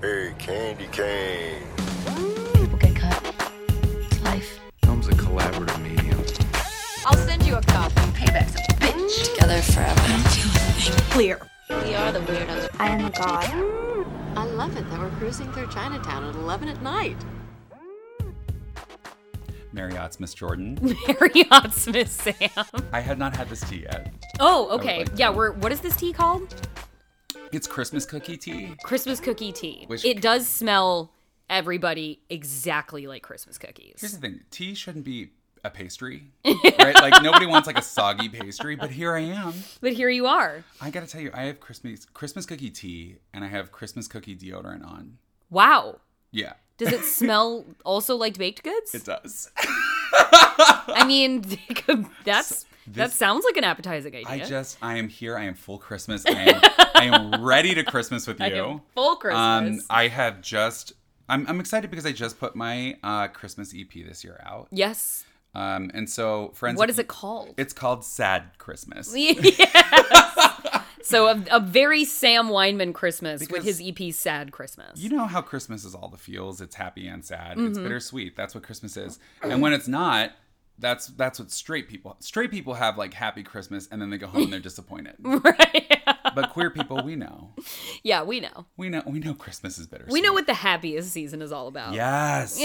Hey, Candy Cane. People get cut. It's life. Film's a collaborative medium. I'll send you a copy. Payback's a bitch. Together forever. We are the weirdos. I am a god. I love it that we're cruising through Chinatown at 11 at night. Marriott's Miss Jordan. Marriott Smith Sam. I had not had this tea yet. Oh, would okay. like yeah, that. we're what is this tea called? It's Christmas cookie tea. Christmas cookie tea. Which- it does smell everybody exactly like Christmas Here's the cookies. thing tea shouldn't be a pastry, right? like, nobody wants like a soggy pastry, but here I am. But here you are. I gotta tell you, I have Christmas, Christmas cookie tea and I have Christmas cookie deodorant on. Wow. Yeah, Does it smell also like baked goods? it does. I mean, they could- that's that this- sounds like an appetizing idea. I just, I am here. I am full Christmas. I am, I am ready to Christmas with you. I am full Christmas. Um, I have just. I'm, I'm excited because I just put my uh, Christmas EP this year out. yes. Um, and so, friends, What is it called? It's called Sad Christmas. Yes. so a, a very Sam Weinman Christmas with Because- his EP Sad Christmas. You know how Christmas is all the feels. It's happy and sad. It's Mm-hmm. bittersweet. That's what Christmas is. And when it's not, that's that's what straight people straight people have like happy Christmas, and then they go home and they're disappointed. But queer people, we know, yeah, we know. we know, we know Christmas is bittersweet. We know what the happiest season is all about. Yes.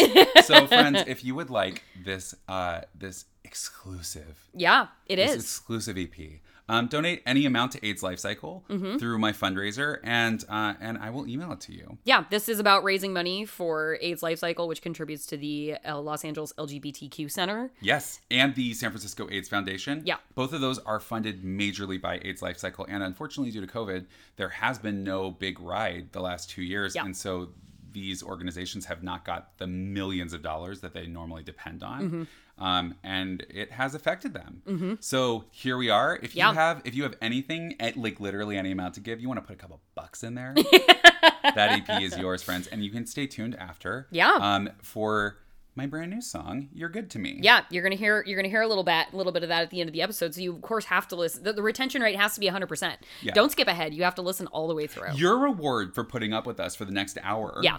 so, friends, if you would like this uh this exclusive Yeah, it this is. exclusive EP. Um, donate any amount to AIDS Life Cycle Mm-hmm. through my fundraiser, and uh, and I will email it to you. Yeah, this is about raising money for AIDS Life Cycle, which contributes to the uh, Los Angeles LGBTQ Center. Yes, and the San Francisco AIDS Foundation. Yeah. both of those are funded majorly by AIDS Life Cycle, and unfortunately, due to COVID, there has been no big ride the last two years, Yeah. and so these organizations have not got the millions of dollars that they normally depend on. Mm-hmm. Um, and it has affected them. So here we are. If Yeah. you have if you have anything at like literally any amount to give, you want to put a couple bucks in there. that EP is yours, friends, and you can stay tuned after. Yeah. Um, for my brand new song, "You're Good to Me." Yeah, you're gonna hear you're gonna hear a little bit little bit of that at the end of the episode. So you of course have to listen. The, the retention rate has to be 100. percent Yeah. Don't skip ahead. You have to listen all the way through. Your reward for putting up with us for the next hour. Oh. yeah,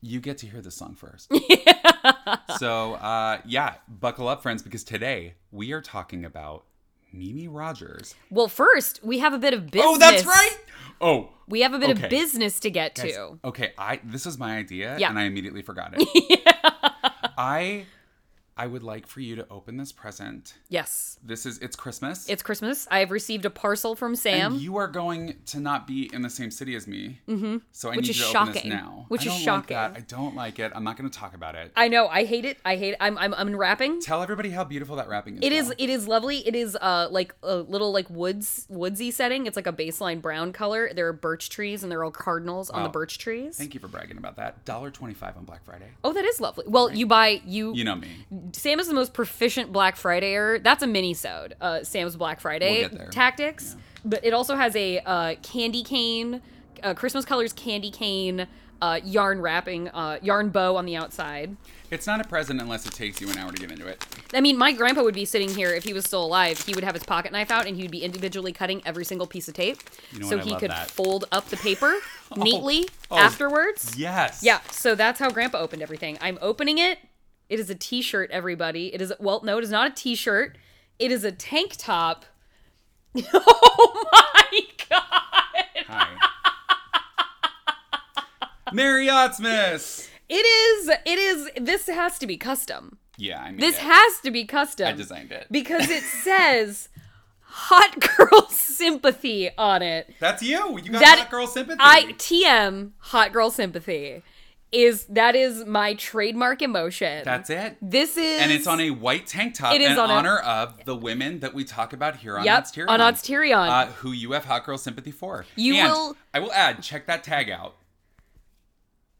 You get to hear the song first. so, uh, yeah, buckle up, friends, because today we are talking about Mimi Rogers. Well, first we have a bit of business. Oh, that's right. Oh, We have a bit Okay. of business to get guys, to. okay. I this was my idea, Yeah. and I immediately forgot it. I, I would like for you to open this present. Yes, This is it's Christmas. it's Christmas. I have received a parcel from Sam. And you are going to not be in the same city as me. Mm-hmm. So I Which need is you to open shocking. this now. Which I is don't shocking. Like that. I don't like it. I'm not going to talk about it. I know. I hate it. I hate. It. I'm I'm unwrapping. Tell everybody how beautiful that wrapping is. It is though. it is lovely. It is uh like a little like woods woodsy setting. It's like a baseline brown color. There are birch trees and they're all cardinals on the Wow. birch trees. Thank you for bragging about that. Dollar twenty-five on Black Friday. Oh, that is lovely. Well, you buy you, You know me. Sam is the most proficient Black Fridayer. That's a mini sode. Uh Sam's Black Friday We'll get there. tactics. But it also has a uh candy cane, uh, Christmas colors candy cane, uh yarn wrapping, uh yarn bow on the outside. It's not a present unless it takes you an hour to get into it. I mean, my grandpa would be sitting here if he was still alive. He would have his pocket knife out and he would be individually cutting every single piece of tape, You know so what? I he love could that. fold up the paper neatly Oh. afterwards. Yes. Yeah. So that's how grandpa opened everything. I'm opening it. It is a T-shirt, everybody. It is well, no, it is not a T-shirt. It is a tank top. oh my god! Hi. Mary Ottsmas. It is. It is. This has to be custom. Yeah, I mean This it. has to be custom. I designed it. because it says hot girl sympathy on it. That's you. You got That- hot girl sympathy. I TM hot girl sympathy is that is my trademark emotion. That's it. This is and it's on a white tank top It is in on a- honor of the women that we talk about here on Yep, Odsterion. on Odsterion. Uh, who you have hot girl sympathy for. You And will- I will add, check that tag out.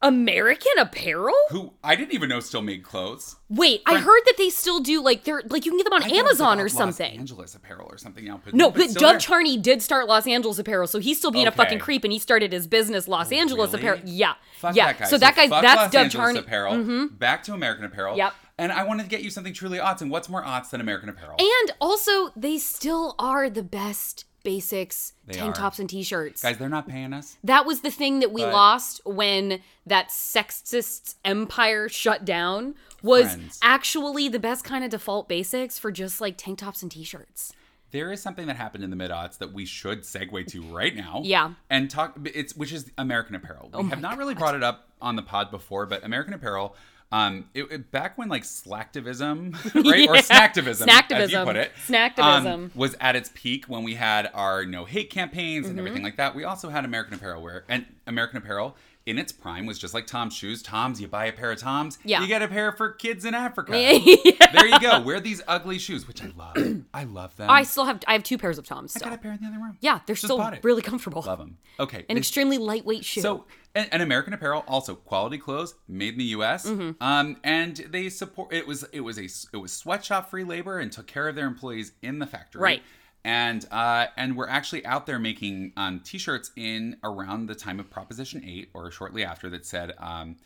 American Apparel. Who I didn't even know still made clothes. Wait, I heard that they still do like they're like you can get them on I thought it was Amazon about or Los something. Angeles apparel or something. Now, No, but still Dove there. Charney did start Los Angeles Apparel, so he's still being a Okay. fucking creep, and he started his business, Los Angeles really? Apparel. Yeah, Fuck yeah. that guy. So that guy's fuck that's Los Dove Angeles Charney. apparel. Back to American Apparel. Mm-hmm. Yep. And I wanted to get you something truly odds. And what's more odds than American Apparel? And also, they still are the best basics, tank are. tops, and t-shirts. Guys, they're not paying us. That was the thing that we But- lost when that sexist empire shut down was Friends. actually the best kind of default basics for just like tank tops and t-shirts. There is something that happened in the mid aughts that we should segue to right now. Yeah. Oh And talk it's which is American Apparel. We have not really brought it up on the pod before, but American Apparel. Um, it, it- back when like slacktivism, right, or Yeah. snacktivism, as you Snacktivism. put it, um, Snacktivism. was at its peak when we had our no hate campaigns Mm-hmm. and everything like that. We also had American Apparel where and American Apparel in its prime was just like Tom's shoes. Tom's, you buy a pair of Tom's, Yeah. you get a pair for kids in Africa. Yeah. There you go. Wear these ugly shoes, which I love. I love them. I still have I have two pairs of Toms Um, I still. got a pair in the other room. yeah, they're Just still bought it. really comfortable. Love them. Okay. An this- extremely lightweight shoe. So, and, and American Apparel also quality clothes made in the U.S. Mm-hmm. Um, and they support. It was it was a s- it was sweatshop free labor and took care of their employees in the factory. Right. And uh, and we're actually out there making um, t-shirts in around the time of Proposition Eight or shortly after that said um,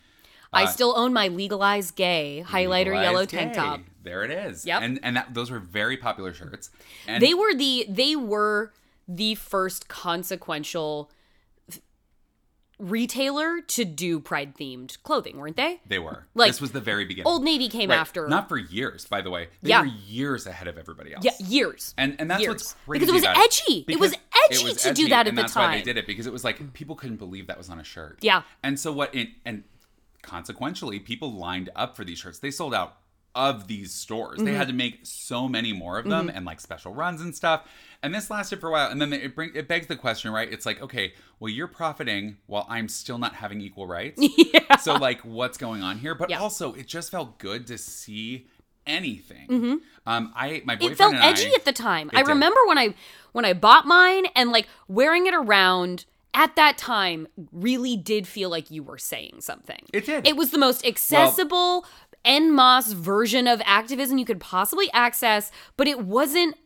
I still own my legalized gay highlighter legalized yellow tank gay. top. There it is. Yep. And and that, those were very popular shirts. And They were the they were the first consequential f- retailer to do pride themed clothing, weren't they? They were. Like, this was the very beginning. Old Navy came Right. after Not for years, by the way. They Yeah. were years ahead of everybody else. yeah, years. And and that's years. what's crazy. Because it was about edgy. It was Because edgy it was to do that at and the that's time. Why they did it because it was like people couldn't believe that was on a shirt. Yeah. And so what it and consequentially people lined up for these shirts. They sold out of these stores. They Mm-hmm. had to make so many more of them and like special runs and stuff. And this lasted for a while. And then it bring it begs the question, right? It's like, okay, well you're profiting while I'm still not having equal rights. Yeah. So like what's going on here? But Yeah. also it just felt good to see anything. Um I my boyfriend Mm-hmm. it felt and edgy I- at the time. It I did. remember when I when I bought mine and like wearing it around at that time really did feel like you were saying something. It did. It was the most accessible en masse version of activism you could possibly access, but it wasn't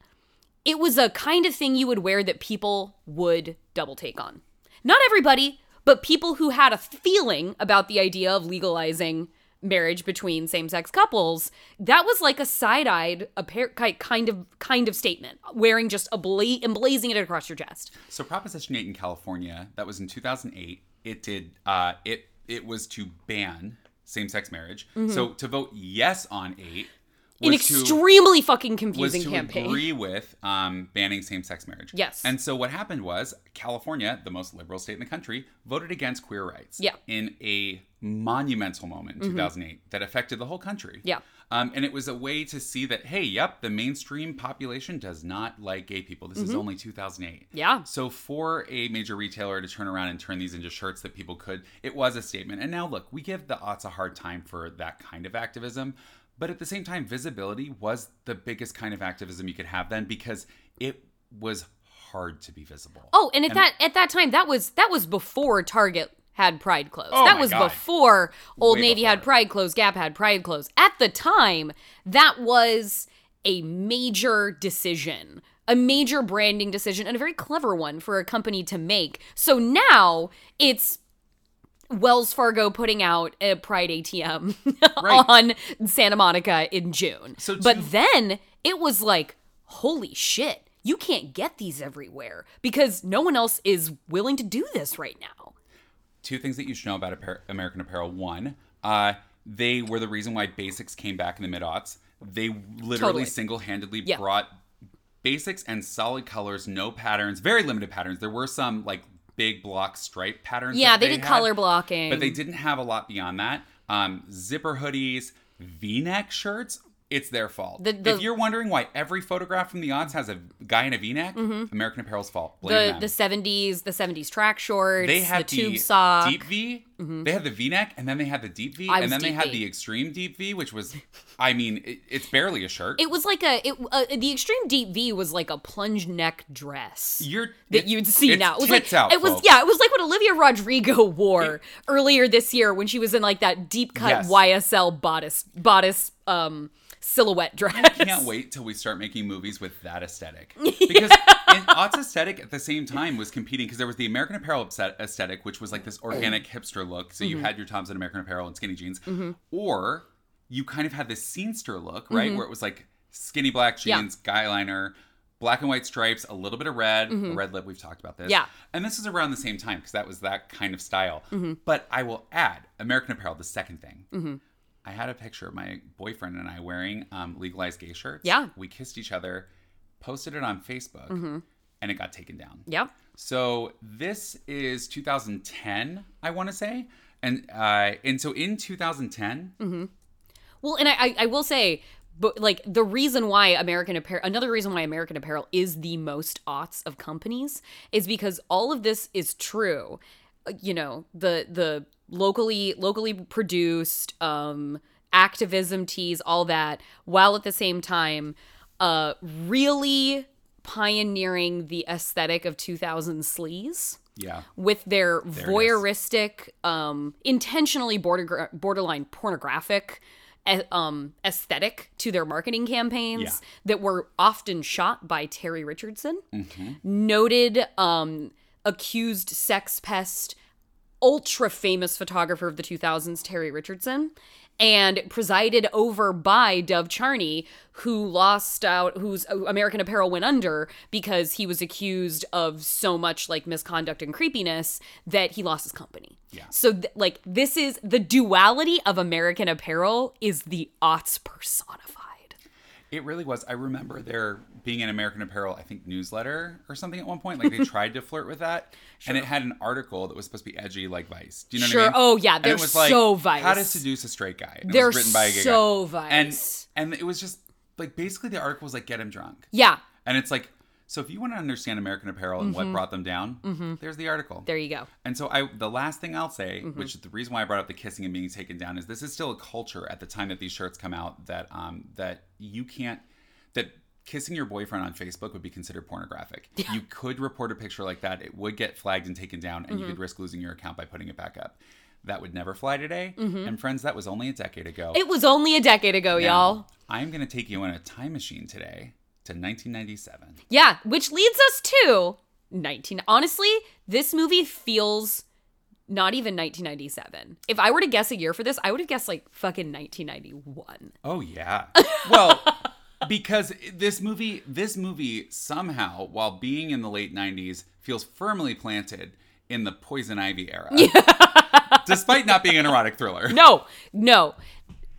it was a kind of thing you would wear that people would double take on. Not everybody, but people who had a feeling about the idea of legalizing marriage between same-sex couples, that was like a side-eyed a pair, kind of kind of statement, wearing just a bla- emblazing it across your chest. So Proposition 8 in California, that was in 2008, it did uh it it was to ban same-sex marriage. Mm-hmm. So to vote yes on 8 was An to extremely fucking was confusing to campaign. agree with um, banning same-sex marriage. Yes. And so what happened was California, the most liberal state in the country, voted against queer rights. Yeah. Mm-hmm. In a monumental moment in 2008 that affected the whole country. Yeah. Um, and it was a way to see that hey, yep, the mainstream population does not like gay people. This is Mm-hmm. only 2008. Yeah. So for a major retailer to turn around and turn these into shirts that people could, it was a statement. And now look, we give the aughts a hard time for that kind of activism, but at the same time, visibility was the biggest kind of activism you could have then because it was hard to be visible. Oh, and at that at that time, that was that was before Target had Pride clothes. Oh that my was God. before Old Way Navy had before. Pride clothes, Gap had Pride clothes. At the time, that was a major decision, a major branding decision, and a very clever one for a company to make. So now it's Wells Fargo putting out a Pride ATM Right. on Santa Monica in June. So to- but then it was like, holy shit, you can't get these everywhere because no one else is willing to do this right now. two things that you should know about Appar- American Apparel. One, uh, they were the reason why basics came back in the mid aughts. They literally Totally. single handedly Yeah. brought basics and solid colors, no patterns, very limited patterns. There were some like big block stripe patterns. Yeah, that they did color had, blocking. But they didn't have a lot beyond that. Um, zipper hoodies, v neck shirts. It's their fault. The- the- if you're wondering why every photograph from the aughts has a guy in a V-neck, American Apparel's fault. Blame Mm-hmm. the them the seventies, the seventies track shorts, they had the tube the sock. Mm-hmm. deep V. They had the V neck, and then they had the deep V, I was and then they deep had V. the extreme deep V, which was, I mean, it, it's barely a shirt. it was like a it uh, the extreme deep V was like a plunge neck dress. You're that it's- you'd see it's now. It was tits like out, it was folks. yeah, it was like what Olivia Rodrigo wore earlier this year when she was in like that deep cut Yes. YSL bodice bodice um silhouette dress. I can't wait till we start making movies with that aesthetic. Because in, Ott's aesthetic at the same time was competing because there was the American Apparel upset aesthetic, which was like this Oh. organic hipster look. So Mm-hmm. you had your Tom's and American Apparel and skinny jeans, or you kind of had this scenester look, right, where it was like skinny black Mm-hmm. Yeah. jeans, guy liner, black and white stripes, a little bit of red, a red lip. We've talked about this. Mm-hmm. Yeah. And this is around the same time because that was that kind of style. Mm-hmm. But I will add American Apparel, the second thing. I had a picture of my boyfriend and I wearing um, legalized gay shirts. Yeah. Mm-hmm. We kissed each other, posted it on Facebook, and it got taken down. Yep. So this is 2010, I want to say, and uh, and so in 2010, Mm. Well, and I, I, I will say, but like the reason why American Apparel, another reason why American Apparel is the most aughts of companies is because all of this is true. Uh, You know, the the locally locally produced um, activism teas, all that, while at the same time, uh, really pioneering the aesthetic of 2000 sleaze yeah, with their is. voyeuristic, um, intentionally border, borderline pornographic eh, um, aesthetic to their marketing campaigns Yeah. that were often shot by Terry Richardson, Mm-hmm. noted um, accused sex pest, ultra famous photographer of the 2000s, Terry Richardson. And presided over by Dove Charney, who lost out, whose uh, American Apparel went under because he was accused of so much like misconduct and creepiness that he lost his company. Yeah. So, th- like, this is the duality of American Apparel is the aughts personified. it really was. I remember there being an American Apparel, I think, newsletter or something at one point. Like they tried to flirt with that, and it had an article that was supposed to be edgy, like Vice. Do you know Sure. what I mean? Oh, yeah, And they're it was so like, How to Vice. seduce a straight guy. And it They're was written by a gay guy. so Vice. and and it was just like basically the article was like get him drunk. Yeah. And it's like, so if you want to understand American Apparel and what brought them down, there's the article. Mm-hmm. There Mm-hmm. you go. And so I the last thing I'll say, which is the reason why I brought up the kissing and being taken down is this is still a culture at the time that these shirts come out that um that you can't that kissing your boyfriend on Facebook would be considered pornographic. You could report a picture like that, it would get flagged and taken down and Mm-hmm. you could risk losing your account by putting it back up. That would never fly today. Mm-hmm. And friends, that was only a decade ago. It was only a decade ago, Now, y'all. I'm going to take you on a time machine today to 1997. Yeah, which leads us to 19. Honestly, this movie feels not even 1997. If I were to guess a year for this, I would have guessed like fucking 1991. Oh yeah. Well, because this movie, this movie somehow, while being in the late '90s, feels firmly planted in the Poison Ivy era, despite not being an erotic thriller. No, no.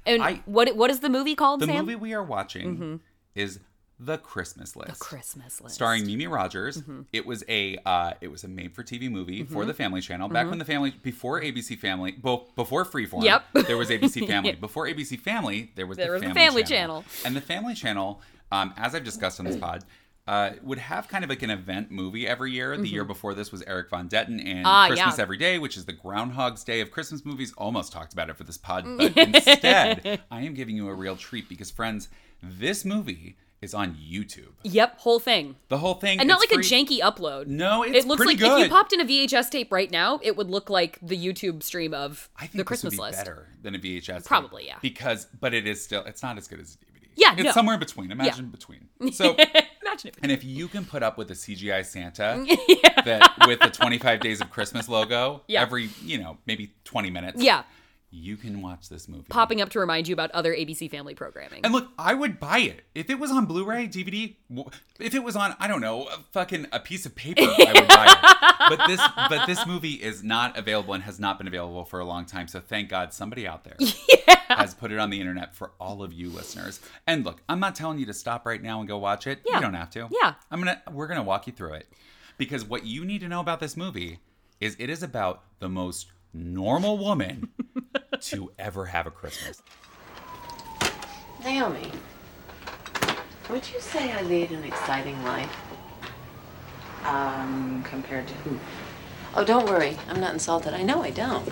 And I- what what is the movie called, the Sam? movie we are watching Mm-hmm. is The Christmas List. Christmas List. starring Mimi Rogers. Mm-hmm. It was a uh, it was a made for TV movie for the Family Channel back Mm-hmm. when the Family before ABC Family, bo- before Freeform. Yep. there was ABC Family. Before ABC Family, there was There the was the Family, Family Channel. Channel. And the Family Channel, um, as I've discussed on this pod. Uh, would have kind of like an event movie every year. The year before this was Eric Von Detten and Mm-hmm. Ah, Christmas yeah. Every Day, which is the Groundhog's Day of Christmas movies. Almost talked about it for this pod, but Mm. instead, I am giving you a real treat because, friends, this movie is on YouTube. Yep, whole thing. The whole thing, And not it's like free- a janky upload. No, it's it looks pretty like good. if you popped in a VHS tape right now, it would look like the YouTube stream of I think the this Christmas would be list. better than a VHS. tape. Probably, yeah. Because, but it is still, it's not as good as a DVD. Yeah, it's no. somewhere in between. Imagine between. So, Imagine it. and if you can put up with a CGI Santa that with the 25 Days of Christmas logo Yeah. every, you know, maybe 20 minutes. Yeah, you can watch this movie. popping up to remind you about other ABC Family programming. And look, I would buy it if it was on Blu-ray, DVD. w- If it was on, I don't know, a fucking a piece of paper, I would buy it. But this, but this movie is not available and has not been available for a long time. So thank God somebody out there has put it on the internet for all of you listeners. And look, I'm not telling you to stop right now and go watch it. Yeah. You don't have to. Yeah. I'm gonna, we're gonna walk you through it because what you need to know about this movie is it is about the most normal woman to ever have a Christmas. Naomi, would you say I lead an exciting life? Um, compared to who? Oh, don't worry. I'm not insulted. I know I don't.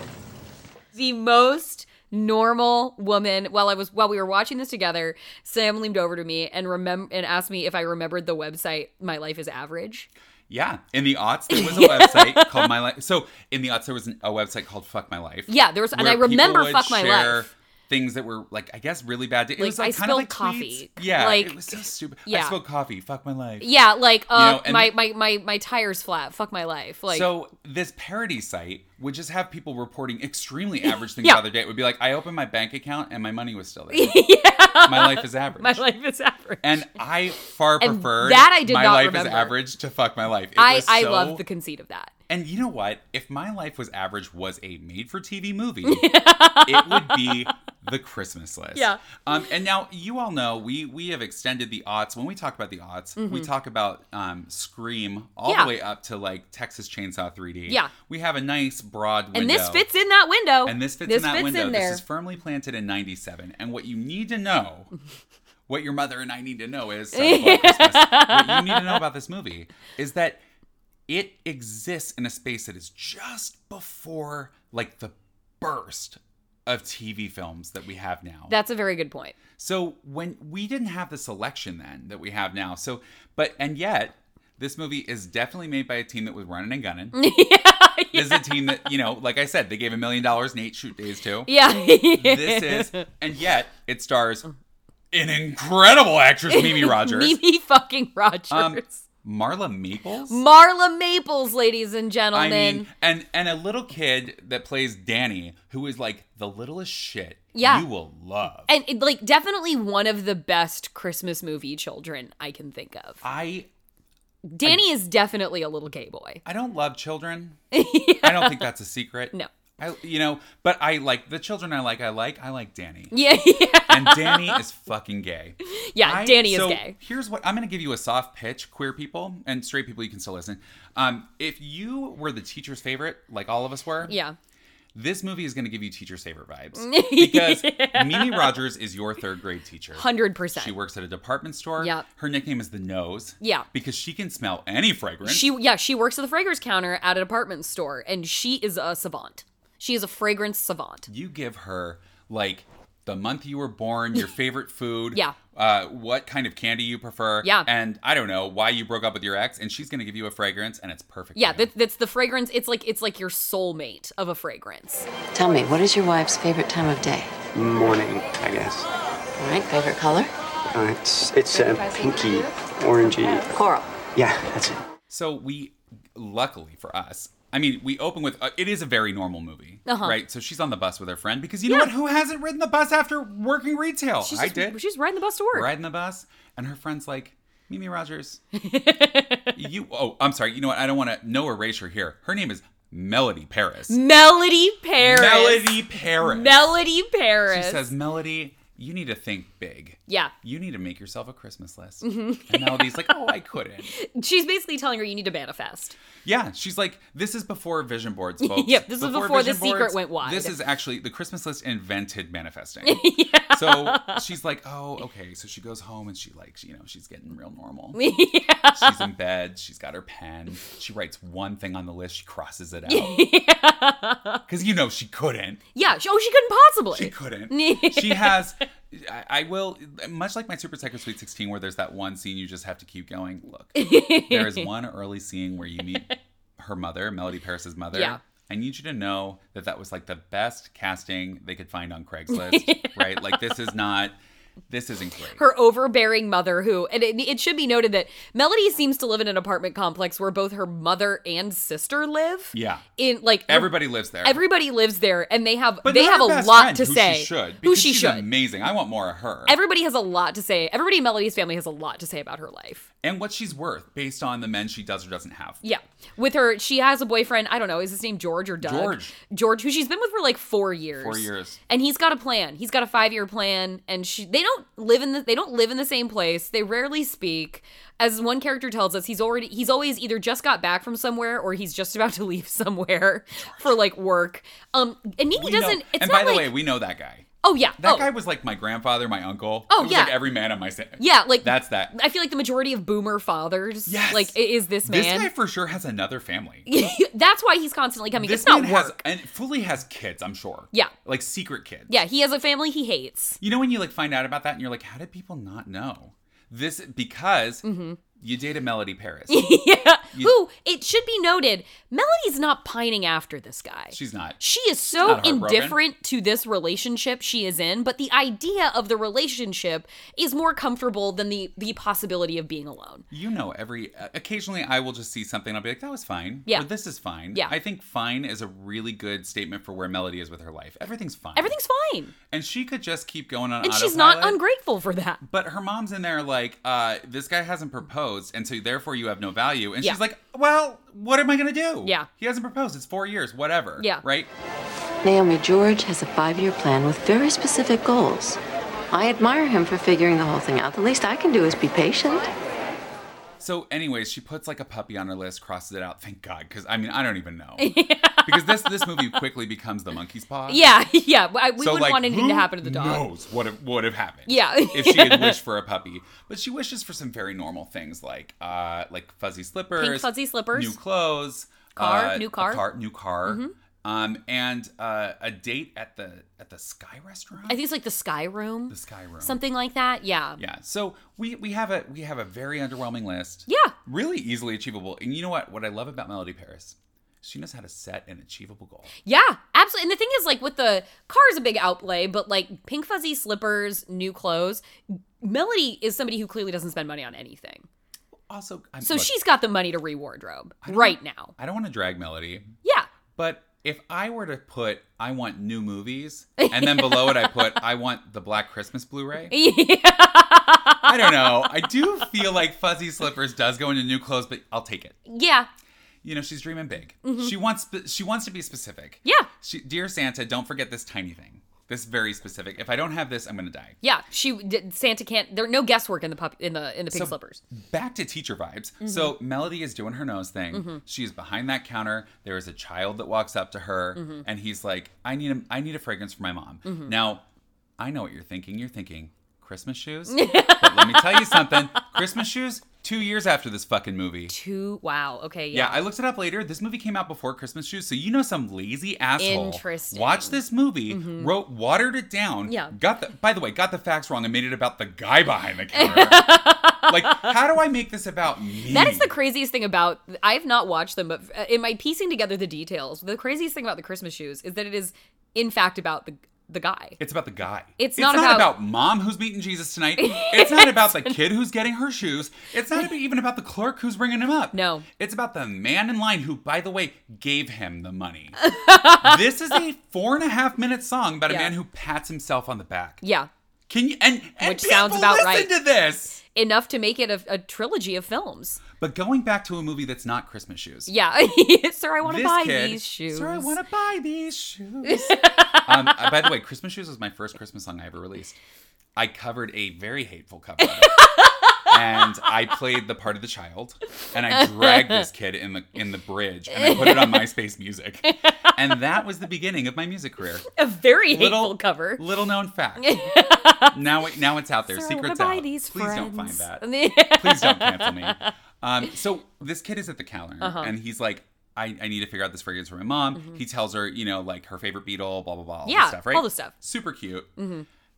the most normal woman while I was while we were watching this together, Sam leaned over to me and remem- and asked me if I remembered the website My Life is Average. Yeah, in the aughts there was a website called My Life. So in the aughts there was an, a website called Fuck My Life. Yeah, there was- and where I remember people would Fuck My share Life. things that were like I guess really bad. It Like, was like, I kind of spilled like coffee. tweets. Yeah, Like, it was so stupid. I yeah. spilled coffee. Fuck my life. Yeah, like uh, know, and- my, my my my tires flat. Fuck my life. Like so this parody site would just have people reporting extremely average things Yeah. about their day. It would be like, I opened my bank account and my money was still there. My life is average. my life is average. And I far And preferred that I did my not life is remember. average to fuck my life. It I was I so- love the conceit of that. And you know what? If my life was average was a made for TV movie, it would be the Christmas list. Yeah. Um, and now you all know we we have extended the aughts. When we talk about the aughts, we talk about um, Scream all Mm-hmm. Yeah. the way up to like Texas Chainsaw 3D. Yeah. We have a nice broad window. And this fits in that window. And Oh, this fits in that window. there. This is firmly planted in 97. And what you need to know, what your mother and I need to know is Silent Bob Christmas. what you need to know about this movie is that it exists in a space that is just before like the burst of TV films that we have now. That's a very good point. So when we didn't have the selection then that we have now. So but and yet this movie is definitely made by a team that was running and gunning. This is a team that, you know, like I said, they gave a million dollars and eight shoot days to. Yeah. This is and yet it stars an incredible actress Mimi Rogers. Mimi fucking Rogers. Um, Marla Maples. Marla Maples, ladies and I gentlemen. mean, and and a little kid that plays Danny, who is like the littlest shit Yeah. you will love. and it, like definitely one of the best Christmas movie children I can think of. I Danny is definitely a little gay boy. I don't love children. I don't think that's a secret. No. I you know, but I like the children I like, I like, I like Danny. Yeah, yeah, And Danny is fucking gay. yeah. I- Danny so is gay. Here's what I'm going to give you a soft pitch, queer people and straight people. You can still listen. Um, if you were the teacher's favorite, like all of us were, Yeah, this movie is going to give you teacher's favorite vibes because Mimi Rogers is your third grade teacher. hundred percent. She works at a department store. Yep. Her nickname is the Nose. Yeah. Because she can smell any fragrance. She yeah, she works at the fragrance counter at a department store, and she is a savant. She is a fragrance savant. you give her like the month you were born, your favorite food, Yeah. uh, what kind of candy you prefer, Yeah. and I don't know why you broke up with your ex, and she's gonna give you a fragrance, and it's perfect. Yeah, for you. that, that's the fragrance. It's like it's like your soulmate of a fragrance. Tell me, what is your wife's favorite time of day? morning, I guess. All right, favorite color? Uh, it's it's uh, pinky, orangey. Coral. Yeah, that's it. so we, luckily for us, I mean, we open with uh, it is a very normal movie, Uh-huh. right? So she's on the bus with her friend because you know what? Who hasn't ridden the bus after working retail? She's I just- did. She's riding the bus to work. riding the bus, and her friend's like, Mimi Rogers, you. Oh, I'm sorry. You know what? I don't want to. No erasure here. Her name is Melody Paris. Melody Paris. Melody Paris. Melody Paris. She says, Melody, you need to think big. Yeah. You need to make yourself a Christmas list. Mm-hmm. And Melody's like, oh, I couldn't. She's basically telling her you need to manifest. Yeah, she's like, this is before vision boards, folks. Yep, this is before the vision secret went wide. This is actually the Christmas list invented manifesting. So she's like, oh, okay. So she goes home and she like, you know, she's getting real normal. She's in bed. She's got her pen. She writes one thing on the list. She crosses it out because you know she couldn't. Yeah. She, oh, she couldn't possibly. She couldn't. she has. I, I will, much like my Super Psycho Sweet 16, where there's that one scene you just have to keep going. Look, there is one early scene where you meet her mother, Melody Paris's mother. Yeah. I need you to know that that was like the best casting they could find on Craigslist, right? Like, this is not, this isn't great. her overbearing mother who and it, it should be noted that melody seems to live in an apartment complex where both her mother and sister live yeah. in like Everybody lives there. everybody lives there and they have But they not have her a best lot friend, to who say She should, who because she she's should Amazing. I want more of her. everybody has a lot to say everybody in melody's family has a lot to say about her life and what she's worth based on the men she does or doesn't have. yeah with her she has a boyfriend i don't know is his name george or doug George. george who she's been with for like four years Four years. and he's got a plan he's got a five year plan and she they don't live in the they don't live in the same place they rarely speak as one character tells us he's already he's always either just got back from somewhere or he's just about to leave somewhere for like work um and mimi We know- doesn't it's and by not like the way, we know that guy. oh yeah That oh, guy was like my grandfather, my uncle. Oh, It was yeah. like every man on my set. yeah like that's that. i feel like the majority of boomer fathers Yes. like i- is this This man guy for sure has another family. that's why he's constantly coming This it's not man work has and fully has kids. I'm sure. Yeah. like secret kids. yeah he has a family he hates You know when you like find out about that and you're like, how did people not know this? Because you dated Melody Paris. Mm-hmm. yeah Who it should be noted, Melody's not pining after this guy. She's not. She is so not heartbroken. indifferent to this relationship she is in, but the idea of the relationship is more comfortable than the the possibility of being alone. You know, every uh, occasionally I will just see something. I'll be like, "That was fine." Yeah. Or, this is fine. Yeah. I think "fine" is a really good statement for where Melody is with her life. Everything's fine. Everything's fine. And she could just keep going on. And she's not autopilot. ungrateful for that. But her mom's in there like, uh, "This guy hasn't proposed, and so therefore you have no value." And Yeah. she's like, "Well, what am I gonna do? Yeah. He hasn't proposed. It's four years. Whatever. Yeah. Right. Naomi George has a five year plan with very specific goals. I admire him for figuring the whole thing out. The least I can do is be patient. So, anyways, she puts like a puppy on her list, crosses it out. Thank God, because I mean, I don't even know. Because this this movie quickly becomes the monkey's paw. Yeah, yeah. I- We So, wouldn't like, want anything who to happen to the dog. Knows what it would have happened. Yeah. if she had wished for a puppy, but she wishes for some very normal things like uh like fuzzy slippers, Pink fuzzy slippers. new clothes, Car, uh, new a car. Mm-hmm. new car, um, and uh, a date at the at the Sky Restaurant. I think it's like the Sky Room, the Sky Room. something like that. Yeah. Yeah. So we we have a we have a very underwhelming list. Yeah. Really easily achievable. And you know what? What I love about Melody Paris, she knows how to set an achievable goal. Yeah, absolutely. And the thing is, like, with the car's a big outlay, but like pink fuzzy slippers, new clothes. Melody is somebody who clearly doesn't spend money on anything. Also, I'm, So look, she's got the money to re wardrobe right now. I don't want to drag Melody, Yeah. but if I were to put I want new movies, and then below it I put I want the Black Christmas Blu-ray. I don't know. I do feel like Fuzzy Slippers does go into new clothes, but I'll take it. Yeah. You know, she's dreaming big. She wants spe- she wants to be specific. Yeah. She, dear Santa, don't forget this tiny thing. This very specific. If I don't have this, I'm gonna die. Yeah. She did, Santa can't. There no guesswork in the pup in the in the pink So- slippers. Back to teacher vibes. So Melody is doing her nose thing. She's behind that counter. There is a child that walks up to her, and he's like, "I need a I need a fragrance for my mom." Now, I know what you're thinking. You're thinking Christmas shoes. but let me tell you something. Christmas shoes. Two years after this fucking movie. Two. Wow. Okay. Yeah, Yeah. I looked it up later. This movie came out before Christmas Shoes, so you know some lazy asshole. Interesting. Mm-hmm. Watched this movie, wrote, watered it down. Yeah. Got the. By the way, got the facts wrong and made it about the guy behind the counter. like, how do I make this about me? That is the craziest thing about. I have not watched them, but uh, in my piecing together the details, the craziest thing about the Christmas shoes is that it is, in fact, about the the guy. It's about the guy. It's not about- mom who's meeting Jesus tonight. It's not about the kid who's getting her shoes. It's not even about the clerk who's ringing him up. No. It's about the man in line who, by the way, gave him the money. this is a four and a half minute song about a Yeah. man who pats himself on the back. Yeah. Can you and, and Which people sounds about listen right. to this? Enough to make it a, a trilogy of films. But going back to a movie that's not Christmas shoes. Yeah. Sir, I want to This buy kid, these shoes. Sir, I want to buy these shoes. um, uh, by the way, Christmas Shoes was my first Christmas song I ever released. I covered a very hateful cover. of it. and I played the part of the child, and I dragged this kid in the in the bridge, and I put it on MySpace Music, and that was the beginning of my music career. a very hateful cover. Little known fact. now, it- now it's out there. Sir, I Secrets wanna buy out. these Please don't find friends. that. Yeah. Please don't cancel me. Um, so this kid is at the counter, Uh-huh. and he's like, I, I need to figure out this fragrance for my mom. He tells her, you know, like her favorite beetle, blah blah blah, all Mm-hmm. Yeah, this stuff, right? all this stuff. Mm-hmm. Super cute.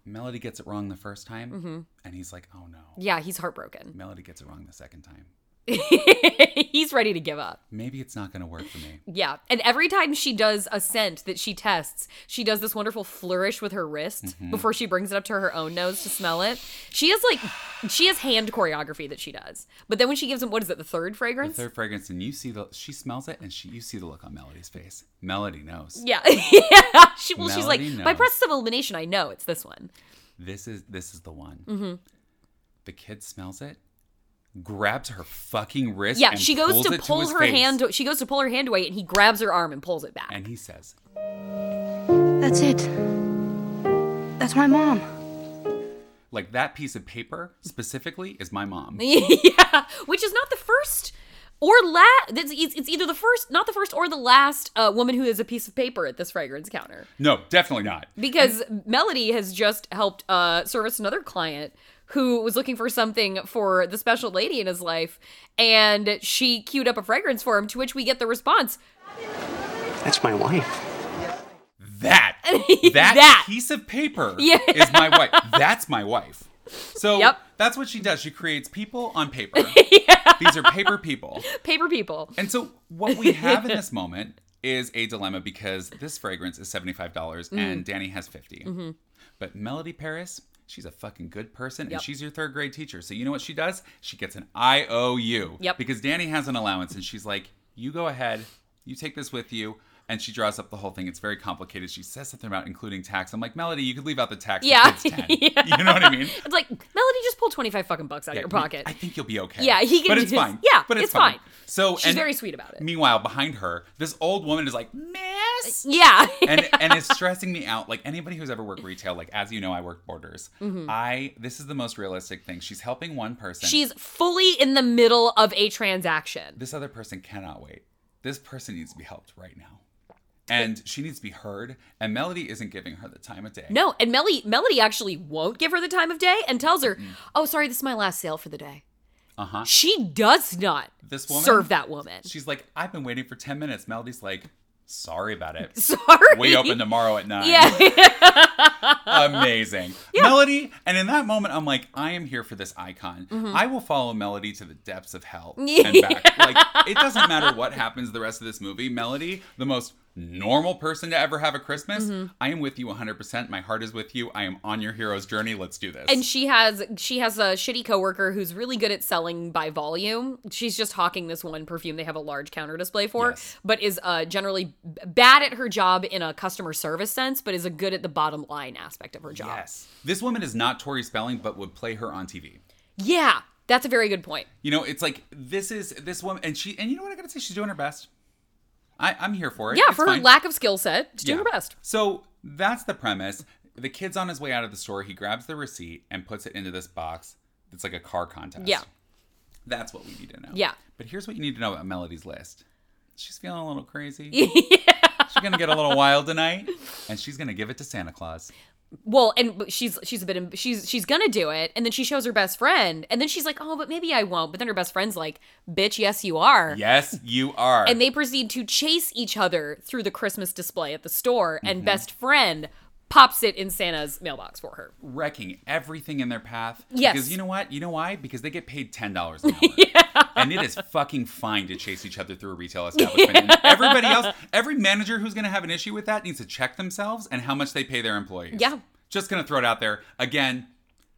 Melody gets it wrong the first time, and he's like, oh no. Yeah, he's heartbroken. Melody gets it wrong the second time. he's ready to give up. Maybe it's not going to work for me. Yeah. And every time she does a scent that she tests, she does this wonderful flourish with her wrist Mm-hmm. before she brings it up to her own nose to smell it. She has like she has hand choreography that she does. But then when she gives him what is it, the third The fragrance? third fragrance, and you see the she smells it, and she you see the look on Melody's face. Melody knows. yeah. yeah. She well she's like Melody by knows. process of elimination I know it's this one. this is this is the one. Mm-hmm. The kid smells it, grabs her fucking wrist. Yeah, and she goes pulls to it pull his her face. hand she goes to pull her hand away and he grabs her arm and pulls it back. and he says, That's it. That's my mom. like that piece of paper specifically is my mom. yeah, which is not the first or last. It's, it's it's either the first, not the first, or the last uh, woman who is a piece of paper at this fragrance counter. No, definitely not. Because Melody has just helped uh, service another client who was looking for something for the special lady in his life, and she queued up a fragrance for him. To which we get the response, That's my wife. That that, That. piece of paper Yeah. is my wife. That's my wife. So Yep. that's what she does. She creates people on paper. These are paper people. Paper people. And so what we have in this moment is a dilemma because this fragrance is $75 Mm. and Danny has 50. Mm-hmm. But Melody Paris, she's a fucking good person Yep. and she's your third grade teacher. So you know what she does? She gets an IOU. Yep. Because Danny has an allowance and she's like, you go ahead, you take this with you. And she draws up the whole thing. It's very complicated. She says something about including tax. I'm like, Melody, you could leave out the tax. The Yeah. kid's 10. You know what I mean? It's like Melody just pulled twenty five fucking bucks out of your Yeah, pocket. I think you'll be okay. Yeah, he can But it's just- fine. yeah, but it's, it's fine. fine. So She's very sweet about it. Meanwhile, behind her, this old woman is like, "Miss," Uh, yeah. and and it's stressing me out. Like anybody who's ever worked retail, like as you know, I worked Borders. I this is the most realistic thing. She's helping one person. Mm-hmm. She's fully in the middle of a transaction. this other person cannot wait. This person needs to be helped right now, and she needs to be heard. And Melody isn't giving her the time of day. No, and Melody Melody actually won't give her the time of day and tells her, Mm-hmm. "Oh, sorry, this is my last sale for the day." Uh huh. She does not This woman- serve that woman. She's like, I've been waiting for ten minutes. Melody's like, Sorry about it. sorry. We open tomorrow at nine. Yeah. amazing melody and in that moment i'm like i am here for this icon Mm-hmm. i will follow melody to the depths of hell and back like it doesn't matter what happens the rest of this movie melody the most normal person to ever have a christmas Mm-hmm. i am with you 100% my heart is with you i am on your hero's journey let's do this and she has she has a shitty coworker who's really good at selling by volume. She's just hawking this one perfume they have a large counter display for, Yes. but is uh, generally b- bad at her job in a customer service sense, but is a good at the bottom line aspect of her job. yes this woman is not tori spelling but would play her on tv Yeah, that's a very good point. you know it's like this is this woman and she and you know what i gotta say she's doing her best I, i'm here for it Yeah, It's for fine. her lack of skill set, she's doing Yeah. her best. So that's the premise. The kid's on his way out of the store. He grabs the receipt and puts it into this box. It's like a car contest. Yeah. That's what we need to know. Yeah. But here's what you need to know about Melody's list. She's feeling a little crazy. She's gonna get a little wild tonight, and she's gonna give it to Santa Claus. Well, and but she's she's a bit em- she's she's gonna do it, and then she shows her best friend, and then she's like, oh, but maybe I won't. But then her best friend's like, bitch, yes, you are. Yes, you are. And they proceed to chase each other through the Christmas display at the store, Mm-hmm. and best friend pops it in Santa's mailbox for her. wrecking everything in their path. Yes. Because you know what? You know why? Because they get paid ten dollars an hour. And it is fucking fine to chase each other through a retail establishment. And everybody else, every manager who's gonna have an issue with that needs to check themselves and how much they pay their employees. Yeah. Just gonna throw it out there. Again,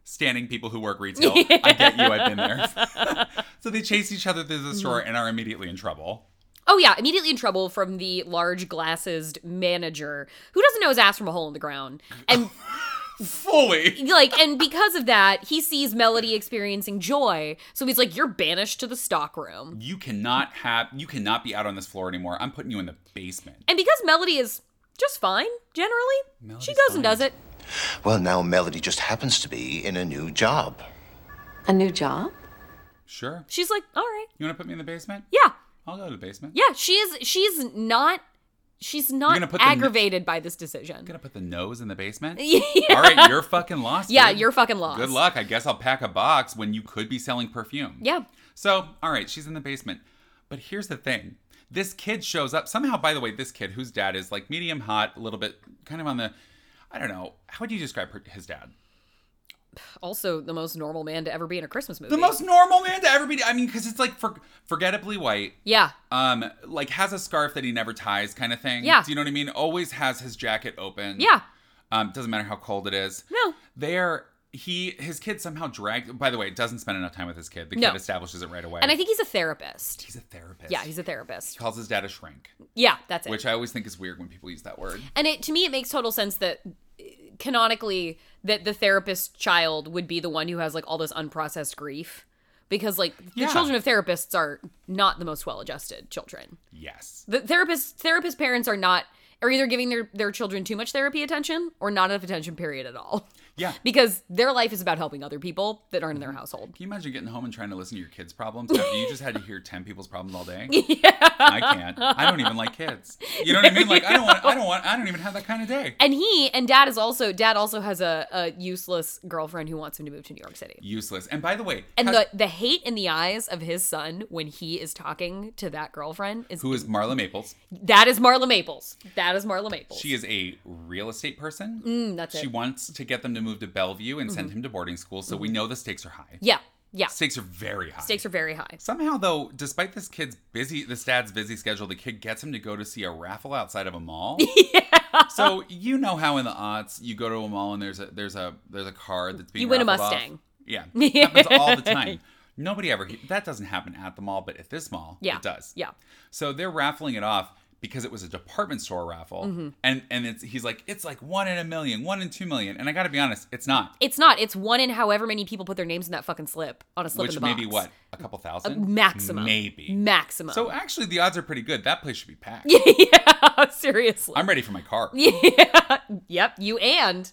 standing people who work retail. I get you, I've been there. so they chase each other through the store and are immediately in trouble. Oh yeah, immediately in trouble from the large glasses manager who doesn't know his ass from a hole in the ground, and Fully. like and because of that, he sees Melody experiencing joy, so he's like, "You're banished to the stockroom." You cannot have you cannot be out on this floor anymore. I'm putting you in the basement. And because Melody is just fine, generally, she Melody's goes and fine. does it. Well, now Melody just happens to be in a new job. A new job? Sure. She's like, all right, You wanna put me in the basement? yeah, I'll go to the basement. yeah. She is. She's not. She's gonna not put the- aggravated by this decision. I'm gonna put the nose in the basement. All right, you're fucking lost. Yeah, dude. you're fucking lost. Good luck. I guess I'll pack a box when you could be selling perfume. Yeah. So, all right, she's in the basement. But here's the thing. This kid shows up somehow. By the way, this kid whose dad is like medium hot, a little bit kind of on the, I don't know. How would you describe her, his dad? Also, the most normal man to ever be in a Christmas movie. The most normal man to ever be. I mean, because it's like for, forgettably white. Yeah. Um, like has a scarf that he never ties, kind of thing. Yeah. Do you know what I mean? Always has his jacket open. Yeah. Um, doesn't matter how cold it is. No. There, he his kid somehow dragged. By the way, doesn't spend enough time with his kid. The kid No. establishes it right away. And I think he's a therapist. he's a therapist. Yeah, he's a therapist. he calls his dad a shrink, Yeah, that's it. which I always think is weird when people use that word. and it to me it makes total sense that uh, canonically that the therapist child would be the one who has like all this unprocessed grief because like the Yeah. children of therapists are not the most well-adjusted children. Yes. The therapist therapist parents are not are either giving their their children too much therapy attention or not enough attention period at all. Yeah. Because their life is about helping other people that aren't in Mm-hmm. their household. Can you imagine getting home and trying to listen to your kids' problems after you just had to hear ten people's problems all day? Yeah. I can't. I don't even like kids. You know what I mean? Like I don't want. I don't want. I don't even have that kind of day. And he and dad is also dad also has a, a useless girlfriend who wants him to move to New York City. Useless. And by the way, And has- the, the hate in the eyes of his son when he is talking to that girlfriend is who is Marla Maples? that is Marla Maples. That That is Marla Maples. She is a real estate person. Mm, Mm-hmm. that's She it. wants to get them to move to Bellevue and send him to boarding school, so we know the stakes are high. yeah, yeah. Stakes are very high. Stakes are very high. Somehow, though, despite this kid's busy, this dad's busy schedule, the kid gets him to go to see a raffle outside of a mall. So you know how in the aughts you go to a mall and there's a there's a there's a card that's being You win a raffled off. Mustang. Yeah, happens all the time. Nobody ever that doesn't happen at the mall, but at this mall, Yeah. it does. Yeah. So they're raffling it off because it was a department store raffle, Mm-hmm. and and it's he's like it's like one in a million, one in two million, and I got to be honest, it's not. It's not. It's one in however many people put their names in that fucking slip on a slip Which in the may box. be what a couple thousand Maximum. maybe Maximum. So actually, the odds are pretty good. That place should be packed. yeah, seriously. I'm ready for my car. Yep, you and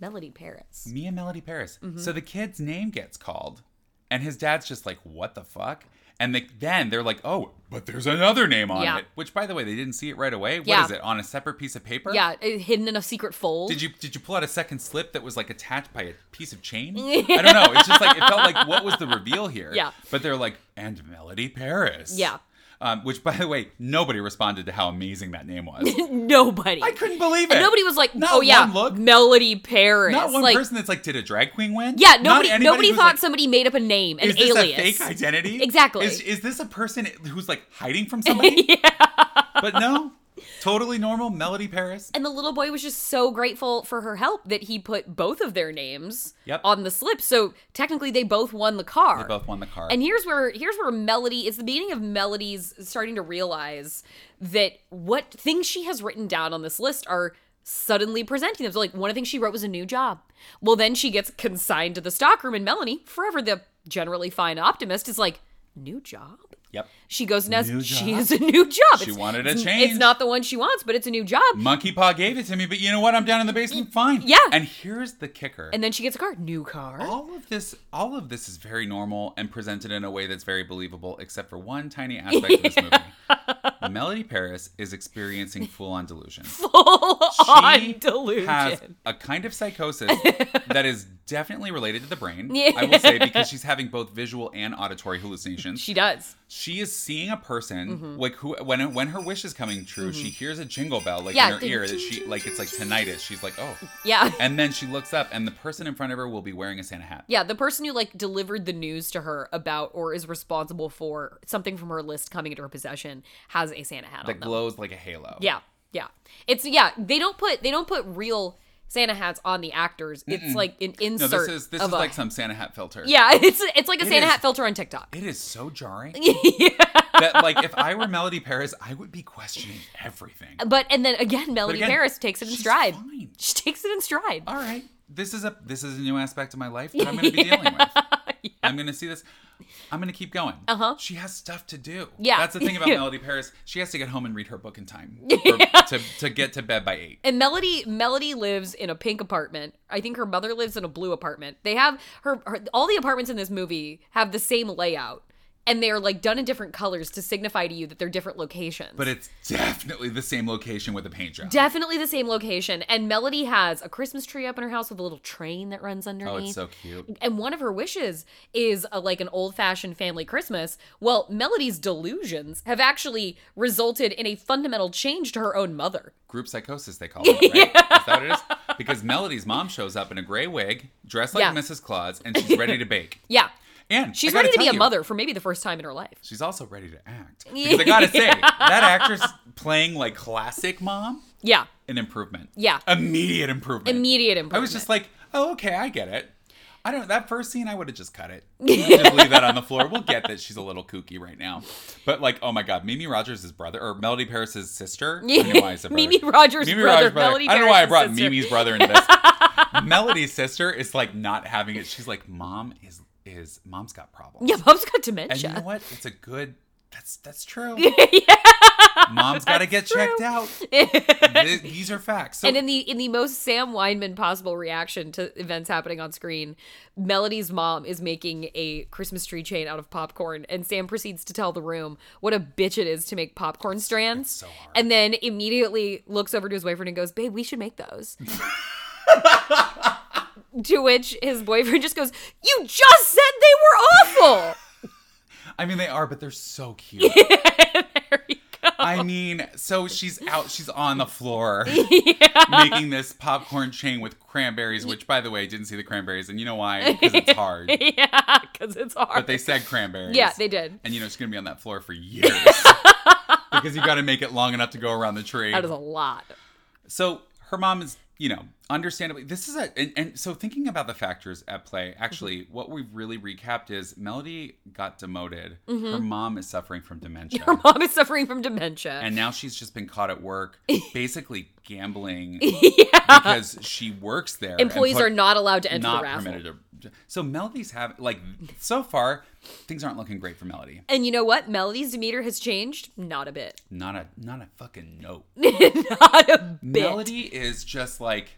Melody Paris. Me and Melody Paris. Mm-hmm. So the kid's name gets called, and his dad's just like, "What the fuck?" And the, then they're like, "Oh, but there's another name on Yeah. it." Which, by the way, they didn't see it right away. What is Yeah. it on a separate piece of paper? Yeah, it- hidden in a secret fold. Did you did you pull out a second slip that was like attached by a piece of chain? I don't know. It's just like it felt like what was the reveal here? Yeah. But they're like, and Melody Paris. Yeah. Um, which, by the way, nobody responded to how amazing that name was. Nobody. I couldn't believe it. And nobody was like, Not "Oh yeah, one look. Melody Paris." Not one like, person that's like, did a drag queen win? Yeah, Not nobody. anybody Nobody who's thought like, somebody made up a name, an is this alias. a fake identity? Exactly. Is, is this a person who's like hiding from somebody? yeah. But no, totally normal. Melody Paris. and the little boy was just so grateful for her help that he put both of their names Yep. on the slip. So technically, they both won the car. They both won the car. And here's where here's where Melody. It's the beginning of Melody's starting to realize that what things she has written down on this list are suddenly presenting them. So like one of the things she wrote was a new job. Well, then she gets consigned to the stockroom, and Melanie, forever the generally fine optimist, is like, "New job." yep. She goes and has New she job? has a new job. She wanted a it's- change. It's not the one she wants, but it's a new job. Monkey Paw gave it to me, but you know what? I'm down in the basement. Fine. Yeah. And here's the kicker. And then she gets a car, new car. all of this all of this is very normal and presented in a way that's very believable except for one tiny aspect of this movie melody paris is experiencing full-on delusion full-on delusion. has a kind of psychosis that is definitely related to the brain i will say because she's having both visual and auditory hallucinations She does. she is seeing a person Mm-hmm. like who when when her wish is coming true she hears a jingle bell like Yeah, in her the ear that she like it's like tinnitus she's like oh Yeah. and then she looks up and the person in front of her will be wearing a santa hat Yeah, the person who like delivered the news to her about or is responsible for something from her list coming into her possession has a Santa hat on that them. glows like a halo. Yeah, yeah. It's yeah. They don't put they don't put real Santa hats on the actors. It's like an No, insert. this is this of is a- like some Santa hat filter. Yeah, it's it's like a Santa is- hat filter on TikTok. It is so jarring. That like if I were Melody Paris, I would be questioning everything. But and then again, Melody again, Paris takes it in she's stride. fine. She takes it in stride. All right. This is a this is a new aspect of my life that I'm gonna be dealing with. I'm gonna see this. I'm gonna keep going. Uh huh. She has stuff to do. Uh-huh. Yeah. That's the thing about Melody Paris. She has to get home and read her book in time for- to to get to bed by eight. And Melody Melody lives in a pink apartment. I think her mother lives in a blue apartment. They have her, her all the apartments in this movie have the same layout and they're like done in different colors to signify to you that they're different locations. But it's definitely the same location with a paint job. definitely the same location and Melody has a Christmas tree up in her house with a little train that runs underneath. oh, it's so cute. and one of her wishes is a, like an old-fashioned family christmas well melody's delusions have actually resulted in a fundamental change to her own mother group psychosis they call it, right? Is that what it is? Because Melody's mom shows up in a gray wig, dressed like Yeah. Mrs. Claus, and she's ready to bake. yeah And I she's gotta ready to tell be a you, mother for maybe the first time in her life She's also ready to act. Because I gotta say, that actress playing like classic mom, yeah an improvement. Yeah. Immediate improvement. immediate I improvement was just like, oh, okay, I get it. I don't. That first scene, I would have just cut it. just leave that on the floor. We'll get that she's a little kooky right now, but like, oh my god, Mimi Rogers' brother or Melody Paris' sister. I don't know why I said brother. Mimi Rogers' brother, Melody I don't know why I Paris' brought sister. Mimi's brother into this. Melody's sister is like not having it. She's like, mom is is mom's got problems. yeah mom's got And you dementia know what? It's a good. That's that's true. Mom's got to get checked out. Th- These are facts. So and in the in the most Sam Weinman possible reaction to events happening on screen, Melody's mom is making a Christmas tree chain out of popcorn, and Sam proceeds to tell the room what a bitch it is to make popcorn strands. And then immediately looks over to his boyfriend and goes, "Babe, we should make those." to which his boyfriend just goes, "You just said they were awful." I mean, they are, but they're so cute. I mean, so she's out, she's on the floor making this popcorn chain with cranberries, which, by the way, didn't see the cranberries. And you know why? Because it's hard. yeah, because it's hard. But they said cranberries. yeah, they did. And you know, she's going to be on that floor for years because you got to make it long enough to go around the tree. That is a lot. So her mom is, you know, understandably, this is a, and, and so thinking about the factors at play, actually, Mm-hmm. what we've really recapped is Melody got demoted. Mm-hmm. Her mom is suffering from dementia. Her mom is suffering from dementia. and now she's just been caught at work, basically gambling because she works there. and Employees put- are not allowed to enter not the raffle. permitted to. So Melody's have like so far, things aren't looking great for Melody. And you know what? Melody's demeanor has changed. Not a bit. Not a not a fucking note. not a bit. Melody is just like,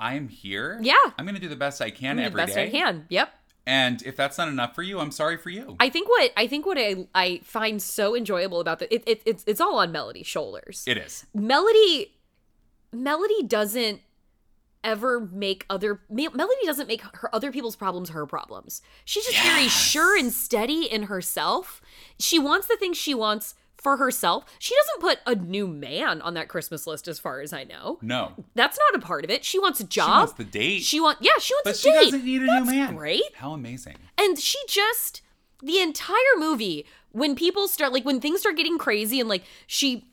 I am here. Yeah. I'm gonna do the best I can the every day. best I can. Yep. And if that's not enough for you, I'm sorry for you. I think what I think what I, I find so enjoyable about the it, it it's it's all on Melody's shoulders. it is. Melody Melody doesn't ever make other Me- Melody doesn't make her other people's problems her problems. She's just very sure and steady in herself. She wants the things she wants for herself. She doesn't put a new man on that Christmas list as far as I know. No. That's not a part of it. She wants a job. wants the date. She want yeah, she wants But a she date. doesn't need a That's new man. Great. How amazing. And she just the entire movie when people start like when things start getting crazy and like she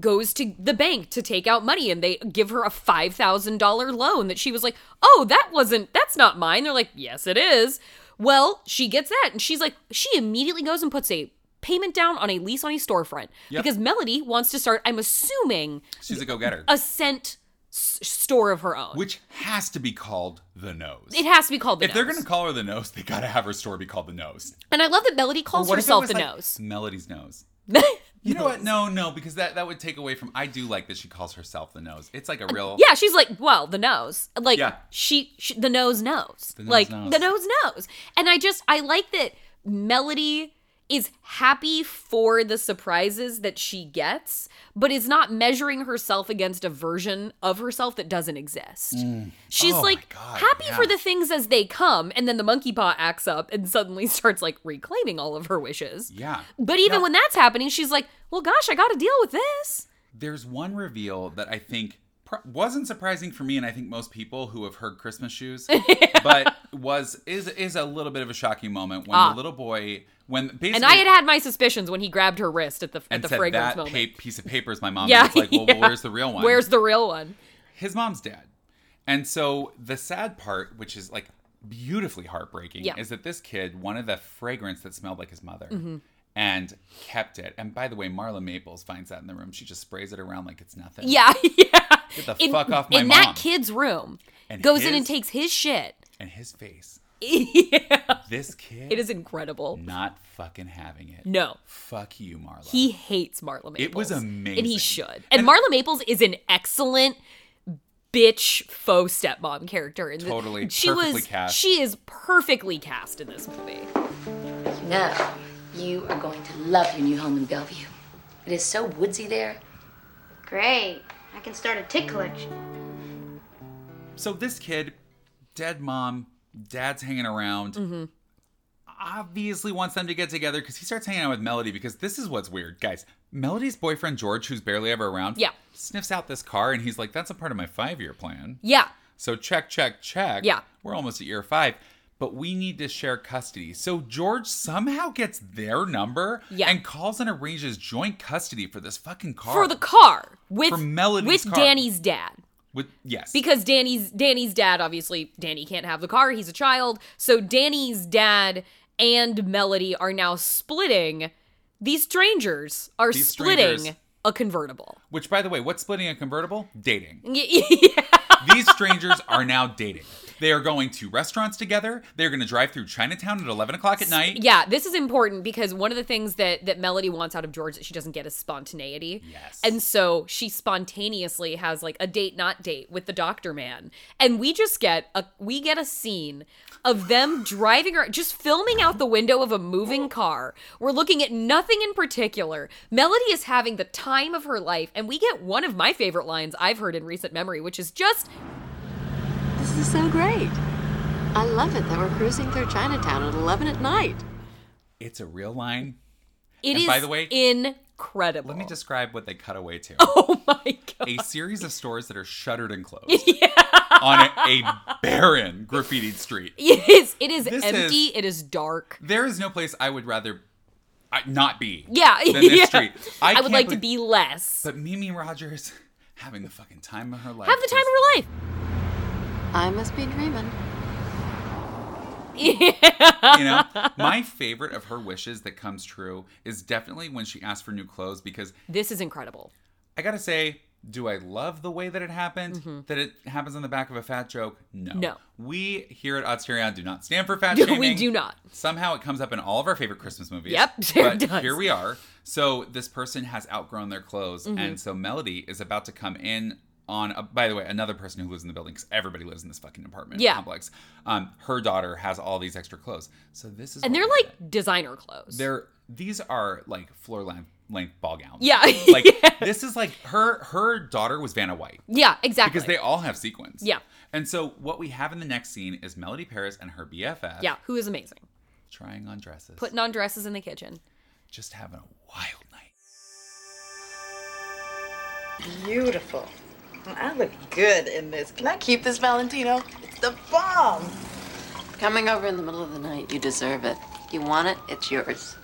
goes to the bank to take out money and they give her a $5,000 loan that she was like, "Oh, that wasn't that's not mine." They're like, "Yes, it is." Well, she gets that and she's like she immediately goes and puts a payment down on a lease on a storefront because Melody wants to start I'm assuming She's a go getter. a scent s- store of her own. Which has to be called the nose. it has to be called the if they're nose. gonna call her the nose, they gotta have her store be called the nose. and I love that Melody calls What if it herself was the like nose. Melody's nose. You know what? No, no, because that that would take away from. I do like that she calls herself the nose. It's like a real. Uh, Yeah, she's like, well, the nose, like Oh. Yeah. she, she, the nose knows, nose like knows. the nose knows, and I just, I like that Melody is happy for the surprises that she gets, but is not measuring herself against a version of herself that doesn't exist. She's Oh my like God, happy yeah. for the things as they come, and then the monkey paw acts up and suddenly starts like reclaiming all of her wishes. Yeah. But even No. when that's happening, she's like, well, gosh, I got to deal with this. There's one reveal that I think pr- wasn't surprising for me, and I think most people who have heard Christmas shoes, but was is is a little bit of a shocking moment when the little boy when basically Ah. And I had had my suspicions when he grabbed her wrist at the at and the said fragrance that moment. pa- piece of paper is my mom. Yeah, Yeah, it's like, well, well, yeah. where's the real one? Where's the real one? his mom's dead. And so the sad part, which is like beautifully heartbreaking, Yeah. is that this kid wanted the fragrance that smelled like his mother and kept it. And by the way, Marla Maples finds that in the room. She just sprays it around like it's nothing. Yeah, yeah. Get the fuck off my in mom. that kid's room, And goes in his- and takes his shit. And his face. yeah, This kid it is incredible. not fucking having it. No, Fuck you, Marla. he hates Marla Maples. It was and he amazing. should. And, Marla Maples is an excellent bitch faux stepmom character. And the- Totally. she Perfectly was. cast. She is perfectly cast in this movie. No, you are going to love your new home in Bellevue. It is so woodsy there. Great. I can start a tick collection. so this kid, dead mom, dad's hanging around. Mm-hmm. Obviously wants them to get together because he starts hanging out with Melody because this is what's weird, guys. Melody's boyfriend George, who's barely ever around, Yeah. sniffs out this car and he's like, "That's a part of my five-year plan." Yeah, So check, check, check. Yeah. we're almost at year five, but we need to share custody. So George somehow gets their number Yeah. and calls and arranges joint custody for this fucking car for the car with For Melody's with car. Danny's dad. with yes because Danny's Danny's dad obviously Danny can't have the car, he's a child. So Danny's dad and Melody are now splitting. These strangers are These splitting strangers. a convertible. Which, by the way, what's splitting a convertible? Dating. yeah. These strangers are now dating. They are going to restaurants together. They're going to drive through Chinatown at 11 o'clock at night. Yeah, this is important because one of the things that that Melody wants out of George that she doesn't get is spontaneity. Yes. And so she spontaneously has like a date not date with the doctor man. And we just get a we get a scene of them driving around just filming out the window of a moving car. We're looking at nothing in particular. Melody is having the time of her life and we get one of my favorite lines I've heard in recent memory which is just This is so great. I love it that we're cruising through Chinatown at 11 at night. It's a real line. it is And by the way, incredible. incredible. Let me describe what they cut away to. Oh my god. a series of stores that are shuttered and closed on a, a barren graffitied street. It is. It is This empty. is- It is dark. There is no place I would rather I, not be. Yeah. Than this yeah. street. I I, would can't like to believe- be less. But Mimi Rogers having the fucking time of her life. Have the time of her life. I must be dreaming. life. You know, my favorite of her wishes that comes true is definitely when she asked for new clothes because This is incredible. I gotta say, do I love the way that it happened? That it happens on the back of a fat joke? No. Mm-hmm. No. We here at Odsterion do not stand for fat No, joking. we do not. Somehow it comes up in all of our favorite Christmas movies. Yep, sure but does. here we are. So this person has outgrown their clothes, Mm-hmm. and so Melody is about to come in on. A, by the way, another person who lives in the building because everybody lives in this fucking apartment Yeah. complex. Um, her daughter has all these extra clothes, so this is And what they're we like get. designer clothes. They're these are like floor length length ball gowns. Yeah. Like Yeah. this is like her her daughter was Vanna White yeah, exactly. because they all have sequins. Yeah. And so what we have in the next scene is Melody Paris and her BFF yeah, who is amazing. trying on dresses. Putting on dresses in the kitchen. just having a wild night. Beautiful. I look good in this. Can I keep this, Valentino? It's the bomb. Coming over in the middle of the night, you deserve it. You want it, it's yours.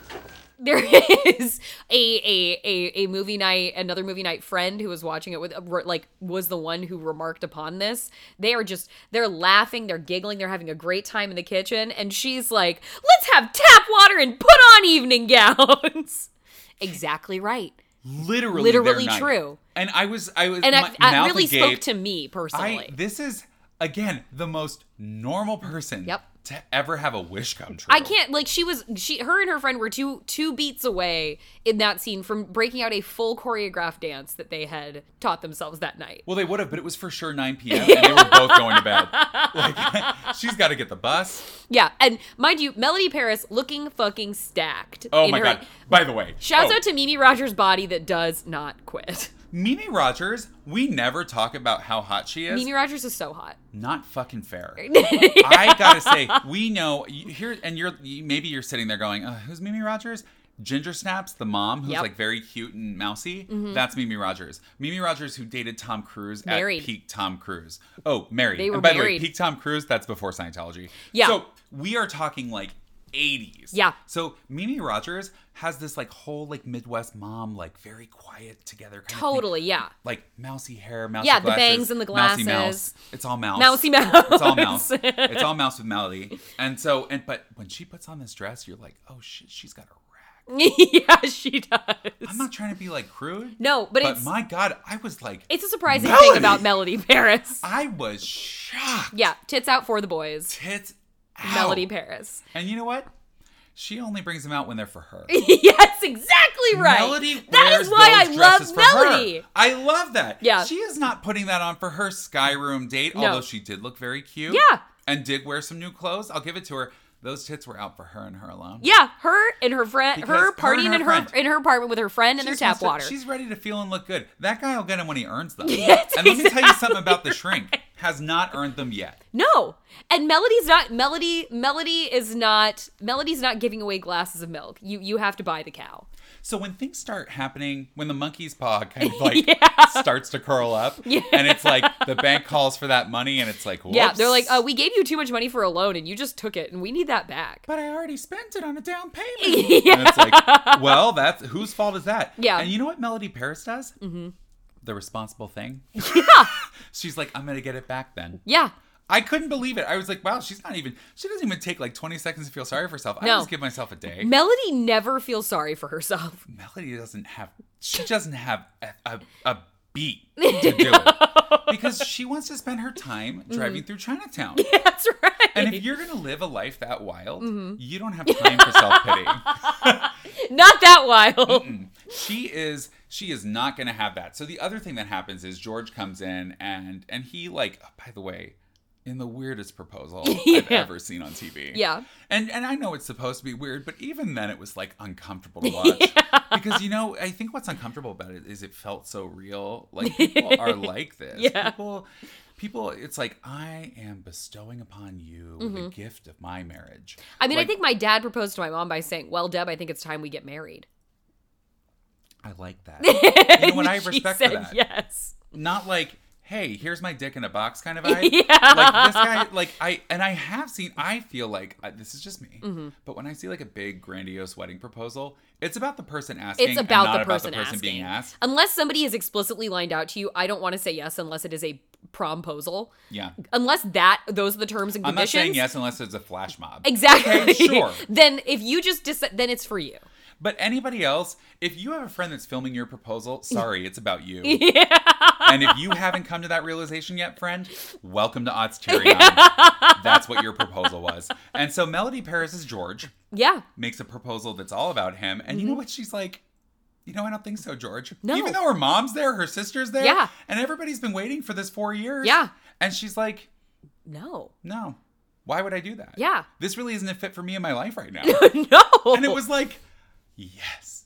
There is a a a, a movie night, another movie night friend who was watching it with like was the one who remarked upon this. They are just they're laughing, they're giggling, they're having a great time in the kitchen, and she's like, "Let's have tap water and put on evening gowns." exactly right, Literally Literally their night. true. And I was I was and my, I, I mouth really spoke agape. to me personally. I this is again the most normal person Yep. to ever have a wish come true. I can't like she was she her and her friend were two two beats away in that scene from breaking out a full choreographed dance that they had taught themselves that night. Well, they would have, but it was for sure 9 p.m. and they were both going to bed. Like, she's got to get the bus. Yeah, and mind you, Melody Paris looking fucking stacked. Oh in my her- god! By the way, Shouts oh, out to Mimi Rogers' body that does not quit. Mimi Rogers. We never talk about how hot she is. Mimi Rogers is so hot. Not fucking fair. I gotta say, we know you- here, and you're you, maybe you're sitting there going, uh, "Who's Mimi Rogers?" Ginger Snaps, the mom who's Yep. Mm-hmm. like very cute and mousy. That's Mimi Rogers. Mimi Rogers, who dated Tom Cruise Married. at peak Tom Cruise. Oh, married. They were and by the way, married. peak Tom Cruise. That's before Scientology. Yeah. So we are talking like. 80s. Yeah. So Mimi Rogers has this like whole like Midwest mom, like very quiet together. Kind Totally, Of thing. yeah. Like mousy hair, mousy Yeah, the glasses, bangs and the mousy mouse. glasses. It's all mouse. Mousy It's all mouse. mouse. it's all mouse with Melody. And so, and but when she puts on this dress, you're like, oh shit, she's got a rack. yeah, she does. I'm not trying to be like crude. No, but it's- my god, I was like, It's a surprising thing Melody! about Melody Paris. I was shocked. Yeah, tits out for the boys. Tits out. Melody Paris. And you know what? She only brings them out when they're for her. yes, exactly right. Melody that wears is why I those dresses love for her. Melody. I love that. Yeah. She is not putting that on for her Skyroom date, No. although she did look very cute. Yeah. And did wear some new clothes. I'll give it to her. Those tits were out for her and her alone. Yeah, her and her friend, Because her her partying and her in her friend. in her apartment with her friend and She their just tap wants to- water. she's ready to feel and look good. That guy will get them when he earns them. Yes, and let me tell you something about the shrink. Has not earned them yet. No, and Melody's not Melody. Melody is not Melody's not giving away glasses of milk. You you have to buy the cow. So when things start happening, when the monkey's paw kind of like starts to curl up, and it's like the bank calls for that money, and it's like, whoops. Yeah, they're like, uh, we gave you too much money for a loan, and you just took it, and we need that back. but I already spent it on a down payment. And it's like, well, that's whose fault is that? Yeah. And you know what Melody Paris does? Mm-hmm. The responsible thing. Yeah. she's like, I'm gonna get it back then. Yeah, I couldn't believe it. I was like, wow, she's not even. She doesn't even take like 20 seconds to feel sorry for herself. I No. just give myself a day. Melody never feels sorry for herself. Melody doesn't have. She doesn't have a, a, a beat to do it because she wants to spend her time driving through Chinatown. That's right. And if you're gonna live a life that wild, you don't have time for self pity. Not that wild. she is she is not going to have that. So the other thing that happens is George comes in and and he like oh, by the way in the weirdest proposal I've ever seen on TV. Yeah. And and I know it's supposed to be weird, but even then it was like uncomfortable to watch because you know, I think what's uncomfortable about it is it felt so real. Like people are like this. Yeah. People people it's like I am bestowing upon you the gift of my marriage. Mm-hmm. I mean, I Like, think my dad proposed to my mom by saying, "Well, Deb, I think it's time we get married." I like that. you know what? I She respect said for that. yes. Not like, hey, here's my dick in a box kind of vibe. Yeah. Like this guy, like I, and I have seen. I feel like I, this is just me. Mhm. But when I see like a big grandiose wedding proposal, it's about the person asking. it's and about not the person, about the person asking. being asked. Unless somebody is explicitly lined out to you, I don't want to say yes unless it is a promposal. Yeah. Unless that those are the terms and I'm not conditions. saying yes unless it's a flash mob. Exactly. Okay, sure. then if you just decide, then it's for you. But anybody else, if you have a friend that's filming your proposal, sorry, it's about you. Yeah. And if you haven't come to that realization yet, friend, welcome to Odds Tyrion. That's what your proposal was. And so Melody Paris is George, Yeah. makes a proposal that's all about him. And you know what? She's like, you know, I don't think so, George. Mm-hmm. No. Even though her mom's there, her sister's there. Yeah. And everybody's been waiting for this four years. Yeah. And she's like, No. no, why would I do that? Yeah. This really isn't a fit for me in my life right now. no. And it was like, yes.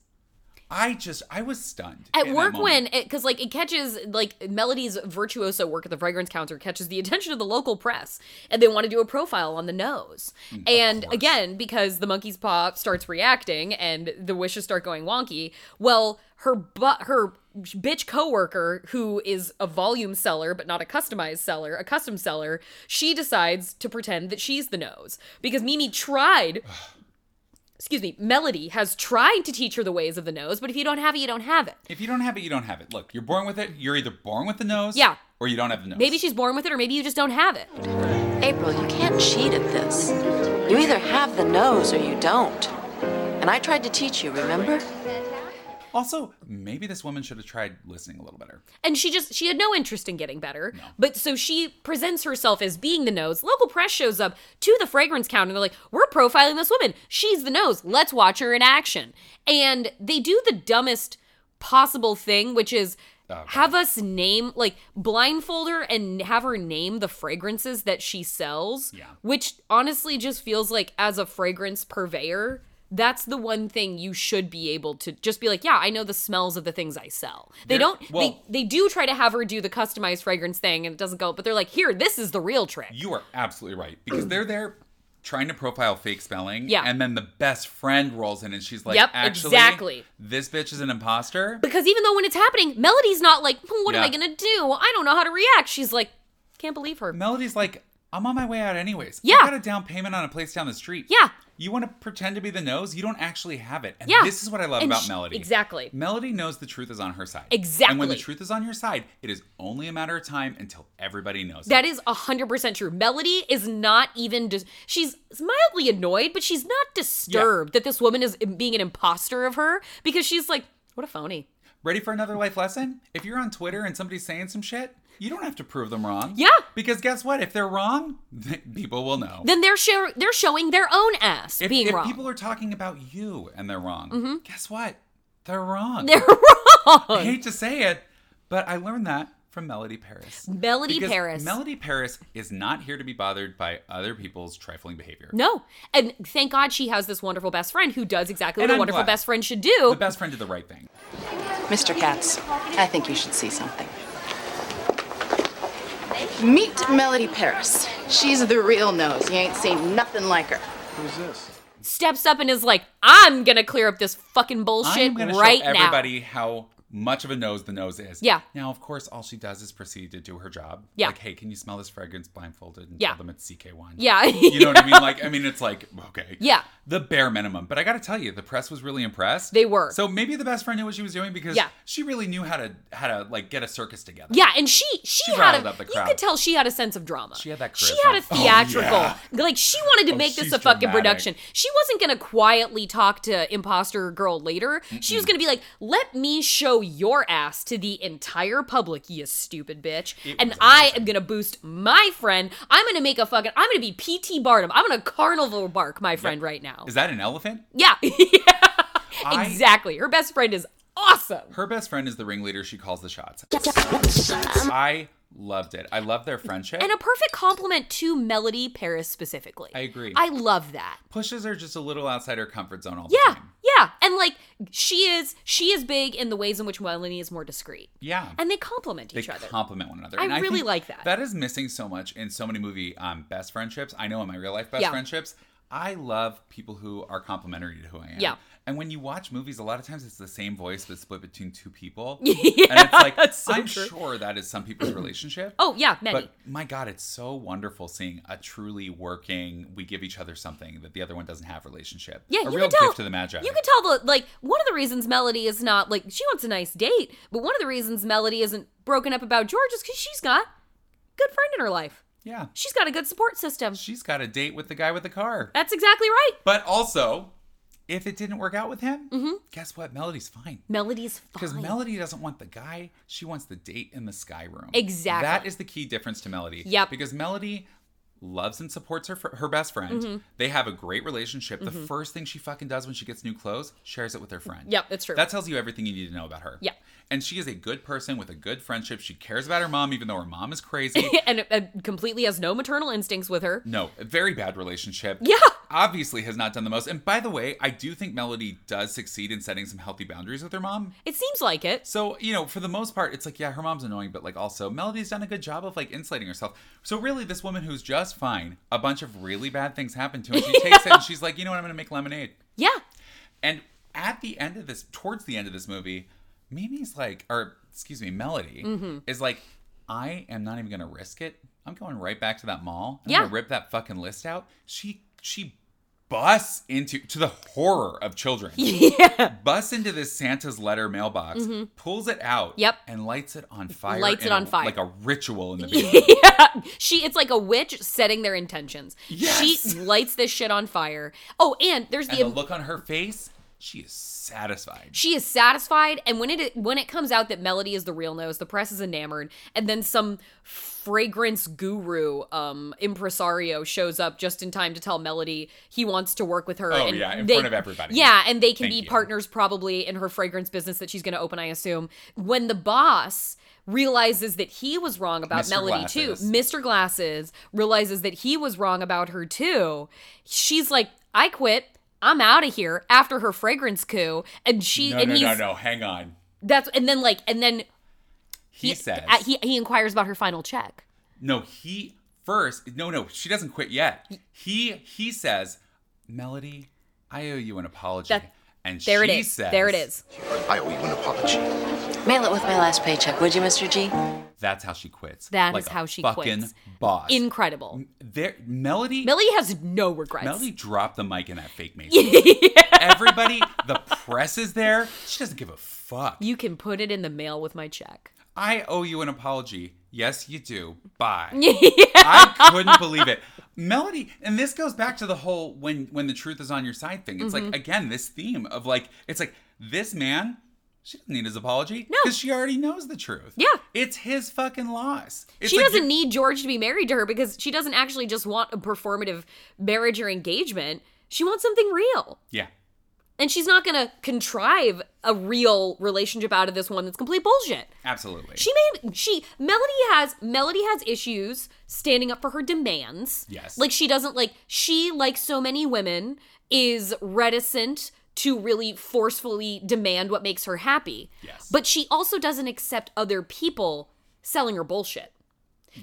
I just, I was stunned. at in that work moment. when because like it catches like melody's virtuoso work at the fragrance counter catches the attention of the local press and they want to do a profile on the nose Mm, and again because the monkey's paw starts reacting and the wishes start going wonky well her but her bitch coworker who is a volume seller but not a customized seller a custom seller she decides to pretend that she's the nose because mimi tried excuse me melody has tried to teach her the ways of the nose but if you don't have it you don't have it If you don't have it, you don't have it. Look, you're born with it. You're either born with the nose. Yeah. Or you don't have the nose. Maybe she's born with it, or maybe you just don't have it. April, you can't cheat at this. You either have the nose or you don't. And I tried to teach you, remember? Also, maybe this woman should have tried listening a little better. And she just she had no interest in getting better. But so she presents herself as being the nose. Local press shows up to the fragrance counter and they're like, "We're profiling this woman. She's the nose. Let's watch her in action." And they do the dumbest possible thing, which is have us name like blindfold her and have her name the fragrances that she sells. Yeah. Which honestly just feels like as a fragrance purveyor, that's the one thing you should be able to just be like, yeah, I know the smells of the things I sell. They There- don't well- they they do try to have her do the customized fragrance thing and it doesn't go, but they're like, here, this is the real trick. You are absolutely right because they're there trying to profile fake spelling. Yeah. And then the best friend rolls in and she's like, Yep, actually, exactly. this bitch is an imposter. Because even though when it's happening, Melody's not like, "Hmm, what am I Yeah. gonna do? I don't know how to react. She's like, can't believe her. Melody's like, I'm on my way out anyways. Yeah. I got a down payment on a place down the street. Yeah. You want to pretend to be the nose? You don't actually have it. And Yeah. this is what I love And about sh- Melody. exactly. Melody knows the truth is on her side. And when Exactly. the truth is on your side, it is only a matter of time until everybody knows. That it. is 100% true. Melody is not even, dis- she's mildly annoyed, but she's not disturbed that this woman is being an imposter of her because she's like, what a phony. Ready for another life lesson? If you're on Twitter and somebody's saying some shit, you don't have to prove them wrong. Yeah. Because guess what? If they're wrong, people will know. Then they're show- they're showing their own ass if, being if wrong. people are talking about you and they're wrong, Mhm. guess what? They're wrong. They're I hate to say it, but I learned that from Melody Paris. Melody Because Paris. Melody Paris is not here to be bothered by other people's trifling behavior. no. And thank God she has this wonderful best friend who does exactly And what a I'm wonderful glad. best friend should do. The best friend did the right thing. Mr. Katz, I think you should see something. Meet Melody Paris. She's the real nose. You ain't seen nothing like her. Who's this? Steps up and is like, I'm going to clear up this fucking bullshit I'm gonna right show now. everybody how much of a nose the nose is. Yeah. Now, of course, all she does is proceed to do her job. Yeah. Like, hey, can you smell this fragrance blindfolded and Yeah. tell them it's CK1? Yeah. you know what I mean? Like, I mean, it's like, okay. Yeah. The bare minimum. But I got to tell you, the press was really impressed. They were. So maybe the best friend knew what she was doing because Yeah. she really knew how to, how to like, get a circus together. Yeah, and she she, She had riled a up the you crowd. could tell she had a sense of drama. She had that She charisma. had a Oh, theatrical yeah. like she wanted to Oh, make this she's a fucking dramatic. production. She wasn't gonna quietly talk to imposter girl later. She was gonna be like, "Let me show your ass to the entire public, you stupid bitch, and I am gonna boost my friend. I'm gonna make a fucking. I'm gonna be PT Barnum. I'm gonna carnival bark my friend right now. Is that an elephant? yeah, I- exactly. Her best friend is awesome. Her best friend is the ringleader. She calls the shots. I loved it. I love their friendship. And a perfect compliment to Melody Paris specifically. I agree. I love that. Pushes her just a little outside her comfort zone all the Yeah, time. yeah. And like she is she is big in the ways in which Melanie is more discreet. Yeah. And they complement they each other. complement one another. I And really think like that. That is missing so much in so many movie um, best friendships. I know in my real life best Yeah. friendships, I love people who are complimentary to who I am. Yeah. And when you watch movies, a lot of times it's the same voice but split between two people. Yeah, and it's like that's so I'm true. sure that is some people's relationship. Oh, yeah, many. But my God, it's so wonderful seeing a truly working, we give each other something that the other one doesn't have relationship. Yeah, a you real can tell, gift to the magi. You can tell the like one of the reasons Melody is not like she wants a nice date, but one of the reasons Melody isn't broken up about George is because she's got a good friend in her life. Yeah. She's got a good support system. She's got a date with the guy with the car. That's exactly right. But also, if it didn't work out with him, guess what? Melody's fine. Melody's Because Mm-hmm. fine. Melody doesn't want the guy, she wants the date in the sky room. Exactly. That is the key difference to Melody. Yep. Because Melody loves and supports her her best friend. Mhm. They have a great relationship. The Mhm. first thing she fucking does when she gets new clothes, shares it with her friend. Yep, it's true. That tells you everything you need to know about her. Yeah. And she is a good person with a good friendship. She cares about her mom, even though her mom is crazy. and, and completely has no maternal instincts with her. No, a very bad relationship. Yeah. Obviously has not done the most. And by the way, I do think Melody does succeed in setting some healthy boundaries with her mom. It seems like it. So, you know, for the most part, it's like, yeah, her mom's annoying, but like also Melody's done a good job of like insulating herself. So really this woman who's just fine, a bunch of really bad things happen to her. She takes it and she's like, you know what, I'm gonna make lemonade. Yeah. And at the end of this, towards the end of this movie, Mimi's like, or excuse me, Melody Mhm. is like, I am not even gonna risk it. I'm going right back to that mall. I'm Yeah. gonna rip that fucking list out. She she busts into to the horror of children. Yeah. Busts into this Santa's letter mailbox, Mhm. pulls it out, Yep. and lights it on fire. Lights it in a- on fire. Like a ritual in the beginning. She it's like a witch setting their intentions. She lights this shit on fire. Oh, and there's and the the look on her face, she is satisfied. She is satisfied, and when it when it comes out that Melody is the real nose, the press is enamored, and then some fragrance guru um impresario shows up just in time to tell Melody he wants to work with her. Oh, and yeah, in they- front of everybody. Yeah, and they can Thank be you. partners probably in her fragrance business that she's going to open, I assume. When the boss realizes that he was wrong about Mr. Melody Glasses. too, Mr. Glasses realizes that he was wrong about her too. She's like, "I quit." I'm out of here after her fragrance coup, and she no, and no, he's no, no. Hang on. that's and then like and then He, says uh, he he inquires about her final check. No, he first. No, no, she doesn't quit yet. He he says, Melody, I owe you an apology. That- and there it she is. says, There it is. I owe you an apology. Mail it with my last paycheck, would you, Mr. G? That's how she quits. That That is is how she fucking quits. boss. Um, Incredible. there, Melody. Millie has no regrets. Melody dropped the mic in that fake Mason. Everybody, the press is there. She doesn't give a fuck. You can put it in the mail with my check. I owe you an apology. Yes, you do. Bye. I couldn't believe it. Melody, and this goes back to the whole when when the truth is on your side thing. It's Mhm. like again this theme of like it's like this man she doesn't need his apology No. because she already knows the truth. Yeah. It's his fucking loss. It's she like doesn't you- need George to be married to her because she doesn't actually just want a performative marriage or engagement. She wants something real. Yeah. And she's not going to contrive a real relationship out of this one that's complete bullshit. Absolutely. She made she Melody has Melody has issues standing up for her demands. Yes. Like she doesn't like she like so many women is reticent to really forcefully demand what makes her happy. Yes. But she also doesn't accept other people selling her bullshit.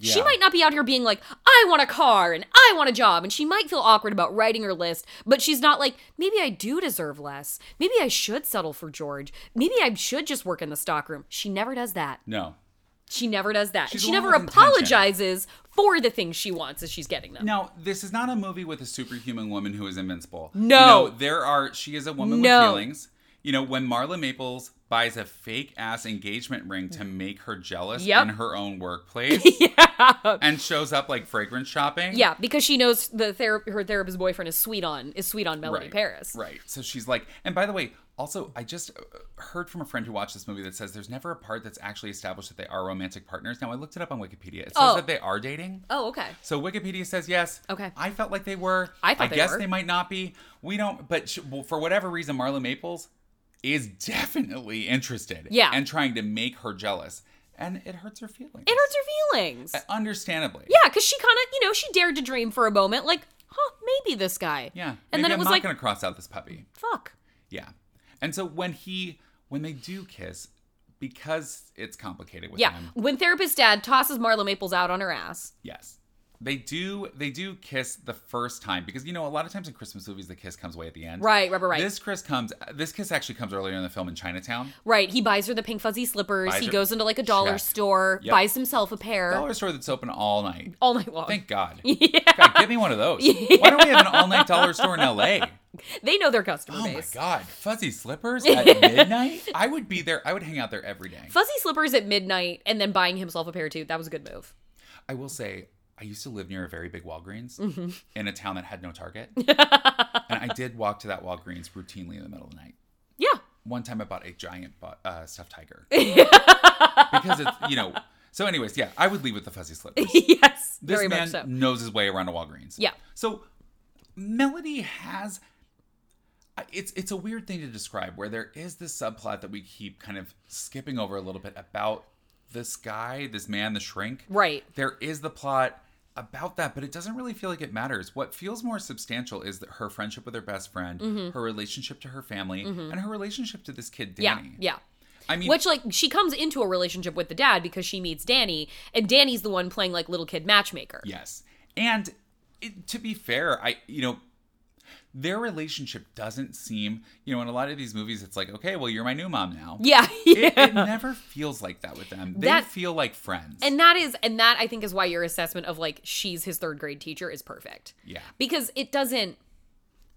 She Yeah. might not be out here being like, I want a car and I want a job. And she might feel awkward about writing her list, but she's not like, maybe I do deserve less. Maybe I should settle for George. Maybe I should just work in the stockroom. She never does that. No. She never does that. She's she a woman never with intention. apologizes for the things she wants as she's getting them. Now, this is not a movie with a superhuman woman who is invincible. No. there are. She is a woman No. with feelings. You know, when Marla Maples buys a fake ass engagement ring to make her jealous Yep. in her own workplace, and shows up like fragrance shopping. Yeah, because she knows the ther- her therapist boyfriend is sweet on is sweet on Melody Right, Paris. Right. So she's like, and by the way, also, I just uh, heard from a friend who watched this movie that says there's never a part that's actually established that they are romantic partners. Now, I looked it up on Wikipedia. It says Oh. that they are dating. Oh, okay. So Wikipedia says yes. Okay. I felt like they were. I thought I they guess were. they might not be. We don't. But sh well, for whatever reason, Marla Maples is definitely interested. Yeah. And trying to make her jealous, and it hurts her feelings. It hurts her feelings. Uh, Understandably. Yeah, because she kind of, you know, she dared to dream for a moment, like, huh, maybe this guy. Yeah. And Maybe then it I'm was not like, gonna cross out this puppy. fuck. Yeah. And so when he when they do kiss, because it's complicated with Yeah. him. When therapist dad tosses Marla Maples out on her ass, Yes. They do they do kiss the first time because you know a lot of times in Christmas movies the kiss comes way at the end. Right, right, right, right. This kiss comes this kiss actually comes earlier in the film in Chinatown. Right. He buys her the pink fuzzy slippers. Buys He her- goes into like a dollar Check. store, Yep. buys himself a pair. Dollar store that's open all night. all night long. Thank God. God, give me one of those. Why don't we have an all night dollar store in LA? They know their customer Oh my base. God, fuzzy slippers at midnight? I would be there. I would hang out there every day. Fuzzy slippers at midnight and then buying himself a pair too. That was a good move. I will say, I used to live near a very big Walgreens Mhm. in a town that had no Target. and I did walk to that Walgreens routinely in the middle of the night. Yeah. One time I bought a giant bu- uh, stuffed tiger. because it's, you know. So, anyways, yeah, I would leave with the fuzzy slippers. yes. This very man much so. knows his way around a Walgreens. Yeah. So Melody has I- it's it's a weird thing to describe where there is this subplot that we keep kind of skipping over a little bit about this guy, this man, the shrink. Right. There is the plot about that, but it doesn't really feel like it matters. What feels more substantial is that her friendship with her best friend, Mhm. her relationship to her family, Mhm. and her relationship to this kid Yeah. Danny. Yeah. I mean, Which like she comes into a relationship with the dad because she meets Danny, and Danny's the one playing like little kid matchmaker. Yes. And it, to be fair, I you know their relationship doesn't seem, you know, in a lot of these movies it's like, okay, well you're my new mom now. Yeah, It, yeah. it never feels like that with them. They That- feel like friends. And that is and that I think is why your assessment of like she's his third grade teacher is perfect. Yeah. Because it doesn't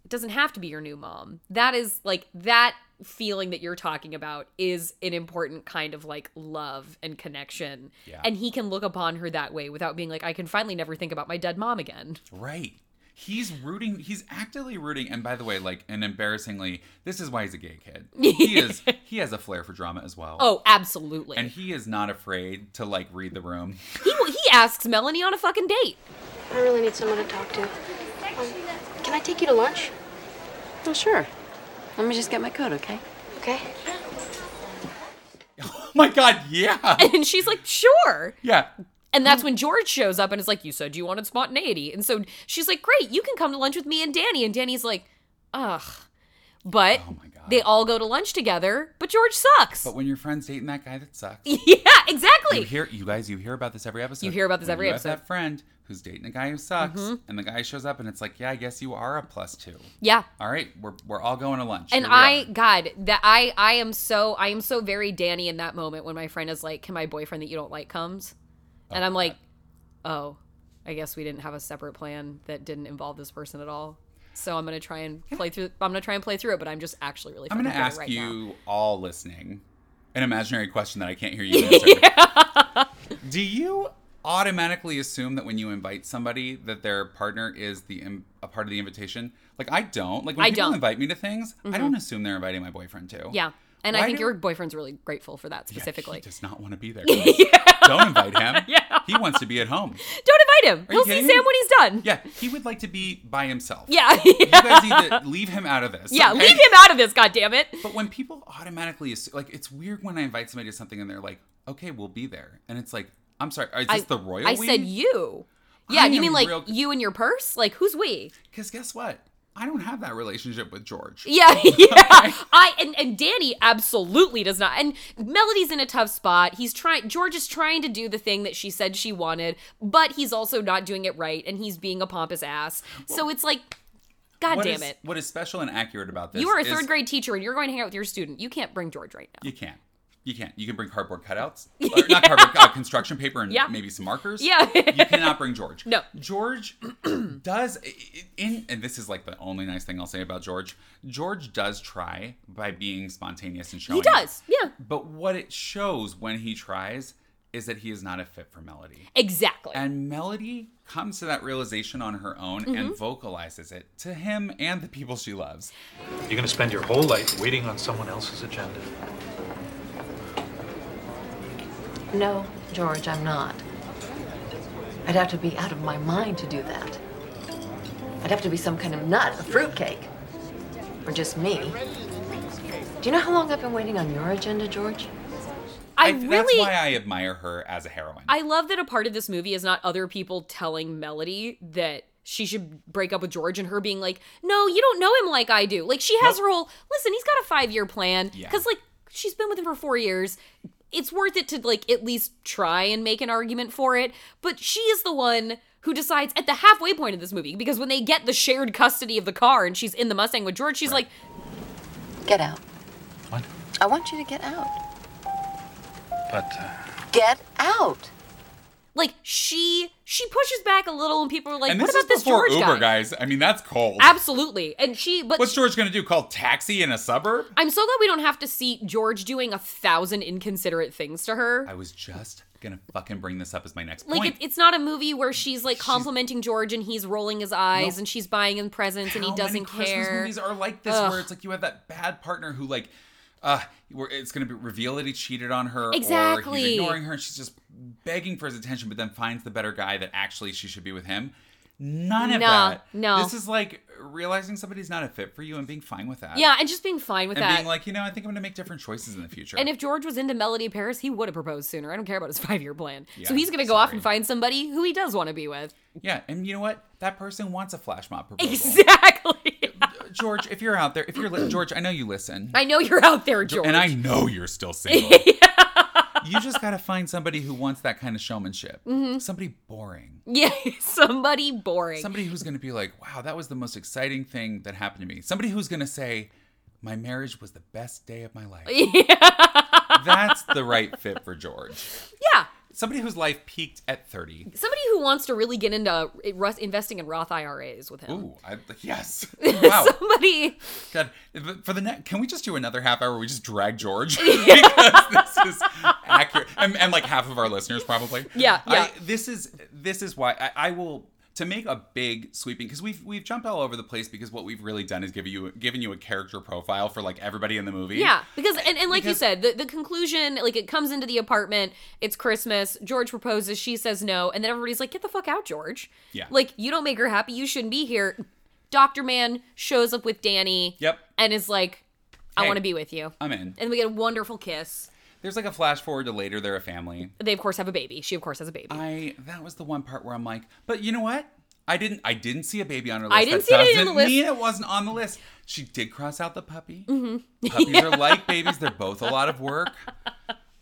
it doesn't have to be your new mom. That is like that feeling that you're talking about is an important kind of like love and connection. Yeah. And he can look upon her that way without being like I can finally never think about my dead mom again. Right. He's rooting, he's actively rooting, and by the way, like, and embarrassingly, this is why he's a gay kid. He is, he has a flair for drama as well. Oh, absolutely. And he is not afraid to, like, read the room. He he asks Melanie on a fucking date. I really need someone to talk to. Um, can I take you to lunch? Oh, sure. Let me just get my coat, okay? Okay. Oh my God, yeah. And she's like, "Sure." Yeah. And Mm. that's when George shows up and is like, You said you wanted spontaneity. And so she's like, Great, you can come to lunch with me and Danny. And Danny's like, Ugh. But they all go to lunch together, but George sucks. Oh But when your friend's dating that guy that sucks, yeah, exactly. you hear, you guys, you hear about this every episode. You hear about this When every you Have episode. that friend who's dating a guy who sucks, Mhm. and the guy shows up, and it's like, yeah, I guess you are a plus two. Yeah. All right, we're, we're all going to lunch. and Here we are. I, God, that I, I am so, I am so very Danny in that moment when my friend is like, "Can my boyfriend that you don't like comes?" And I'm like, "Oh, I guess we didn't have a separate plan that didn't involve this person at all." So I'm gonna try and play through. I'm gonna try and play through it, but I'm just actually really. I'm going to ask right now. you all listening an imaginary question that I can't hear you answer. Do you automatically assume that when you invite somebody that their partner is the im- a part of the invitation? Like I don't. Like when I people don't. invite me to things, I Mhm. don't assume they're inviting my boyfriend to. Yeah. And I Why think do- your boyfriend's really grateful for that Yeah, specifically. he does not want to be there. guys. Don't invite him. Yeah. He wants to be at home. Don't invite him. Are you He'll see kidding Sam me? when he's done. Yeah, he would like to be by himself. Yeah. You guys need to leave him out of this. yeah, okay? leave him out of this, God damn it. But when people automatically assume, like, it's weird when I invite somebody to something and they're like, okay, we'll be there. And it's like, I'm sorry, is this the royal I we? said you. Yeah, I do you am mean like real- you and your purse? Like who's we? Because guess what? I don't have that relationship with George. Yeah, yeah. I and, and Danny absolutely does not. And Melody's in a tough spot. He's trying George is trying to do the thing that she said she wanted, but he's also not doing it right and he's being a pompous ass. so it's like God What damn is- it. What is special and accurate about this? You are a is- third grade teacher and you're going to hang out with your student. You can't bring George right now. You can't. You can't. You can bring cardboard cutouts, or not cardboard, uh, construction paper, and Yeah. maybe some markers. Yeah. you cannot bring George. No. George does i- i- in, and this is like the only nice thing I'll say about George. George does try by being spontaneous and showing. He does. Yeah. But what it shows when he tries is that he is not a fit for Melody. Exactly. And Melody comes to that realization on her own and Mhm. vocalizes it to him and the people she loves. You're going to spend your whole life waiting on someone else's agenda. No, George, I'm not. I'd have to be out of my mind to do that. I'd have to be some kind of nut, a fruitcake. Or just me. Do you know how long I've been waiting on your agenda, George? I, That's really why I admire her as a heroine. I love that a part of this movie is not other people telling Melody that she should break up with George and her being like, "No, you don't know him like I do." Like she has her whole, "Listen, he's got a 5-year plan." Yeah. Cuz like she's been with him for 4 years. It's worth it to like at least try and make an argument for it, but she is the one who decides at the halfway point of this movie, because when they get the shared custody of the car and she's in the Mustang with George, she's like, Get out. What? I want you to get out. But uh, Get out. Like she she pushes back a little and people are like, What about this before George Uber, guy? guys. I mean, that's cold. Absolutely. And she but What's George gonna do? Call taxi in a suburb? I'm so glad we don't have to see George doing a thousand inconsiderate things to her. I was just gonna fucking bring this up as my next Like point. it, it's not a movie where she's like complimenting George and he's rolling his eyes No. and she's buying him presents and he How doesn't many care. Christmas movies are like this, Ugh. where it's like you have that bad partner who like. Uh, where it's going to be revealed that he cheated on her, or he's Exactly. ignoring her, and she's just begging for his attention, but then finds the better guy that actually she should be with him. None of No, that. no. this is like realizing somebody's not a fit for you and being fine with that. yeah, and just being fine with and that. being like, you know, I think I'm going to make different choices in the future. And if George was into Melody Paris, he would have proposed sooner. I don't care about his five year plan. so Yeah, he's gonna go off and find somebody who he does want to be with. yeah, and you know what? That person wants a flash mob proposal. George, if you're out there, if you're li- George, I know you listen. I know you're out there, Jo- George. And I know you're still single. You just got to find somebody who wants that kind of showmanship. Mhm. Somebody boring. Yeah, somebody boring. Somebody who's going to be like, wow, that was the most exciting thing that happened to me. Somebody who's going to say, my marriage was the best day of my life. That's the right fit for George. Yeah. Somebody whose life peaked at 30. Somebody who wants to really get into Roth, investing in Roth IRAs with him. Ooh, I, yes. Wow. Somebody. God, for the next, can we just do another half hour? where We just drag George because this is accurate, and, and like half of our listeners probably. Yeah, yeah. I, this is this is why I, I will to make a big sweeping because we've we've jumped all over the place because what we've really done is give you given you a character profile for like everybody in the movie. Yeah, because and, and like Because- you said, the, the conclusion like it comes into the apartment. It's Christmas. George proposes. She says no, and then everybody's like, "Get the fuck out, George! Yeah. like you don't make her happy. You shouldn't be here." Doctor Man shows up with Danny. Yep. and is like, "I Hey, want to be with you," I'm in. and we get a wonderful kiss. There's like a flash forward to later. They're a family. They of course have a baby. She of course has a baby. I that was the one part where I'm like, but you know what? I didn't. I didn't see a baby on her list. I didn't That see it on the doesn't list. Mean it wasn't on the list. She did cross out the puppy. Mhm. Puppies are like babies. They're both a lot of work.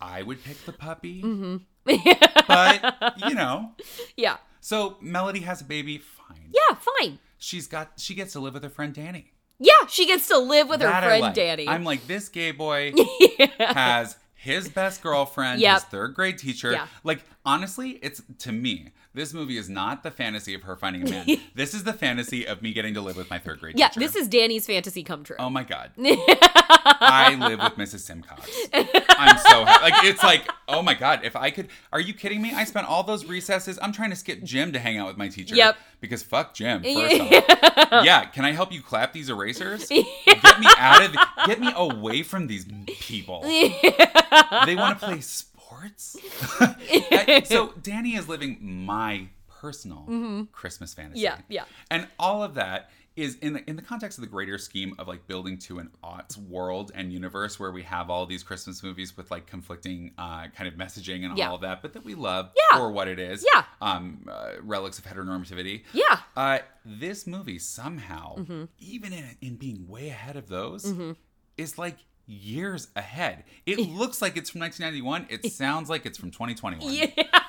I would pick the puppy, hmm but you know. Yeah. So Melody has a baby. Fine. Yeah, fine. She's got. She gets to live with her friend Danny. Yeah, she gets to live with her That I friend like. Danny. I'm like this gay boy has his best girlfriend, his Yep. third grade teacher. Yeah. Like honestly, it's to me. This movie is not the fantasy of her finding a man. this is the fantasy of me getting to live with my third grade yeah, teacher. this is Danny's fantasy come true. Oh my god. I live with Mrs. Simcox. I'm so happy. Like it's like, oh my god, if I could Are you kidding me? I spent all those recesses. I'm trying to skip gym to hang out with my teacher. Yep. Because fuck gym. First off. yeah, can I help you clap these erasers? Get me out of get me away from these people. They want to play sports. I- so Danny is living my personal Mhm. Christmas fantasy. Yeah, yeah. And all of that is in the, in the context of the greater scheme of like building to an aughts world and universe where we have all these Christmas movies with like conflicting uh, kind of messaging and Yeah. all of that, but that we love Yeah. for what it is. Yeah. Um, uh, relics of heteronormativity. Yeah. Uh, this movie somehow, Mhm. even in, in being way ahead of those, Mhm. is like years ahead. It looks like it's from 1991. It sounds like it's from 2021. Yeah.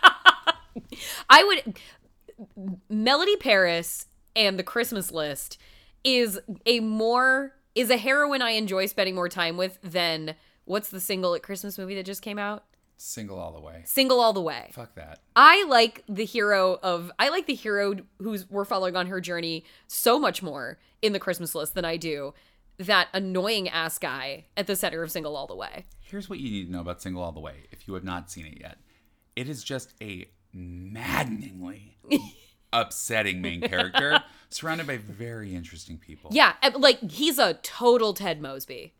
I would Melody Paris and the Christmas list is a more is a heroine I enjoy spending more time with than what's the single at Christmas movie that just came out? Single all the way. Single all the way. Fuck that. I like the hero of I like the hero who's we're following on her journey so much more in the Christmas list than I do that annoying ass guy at the center of Single All the Way. Here's what you need to know about Single All the Way if you have not seen it yet. It is just a maddeningly upsetting main character surrounded by very interesting people. Yeah, and, like he's a total Ted Mosby.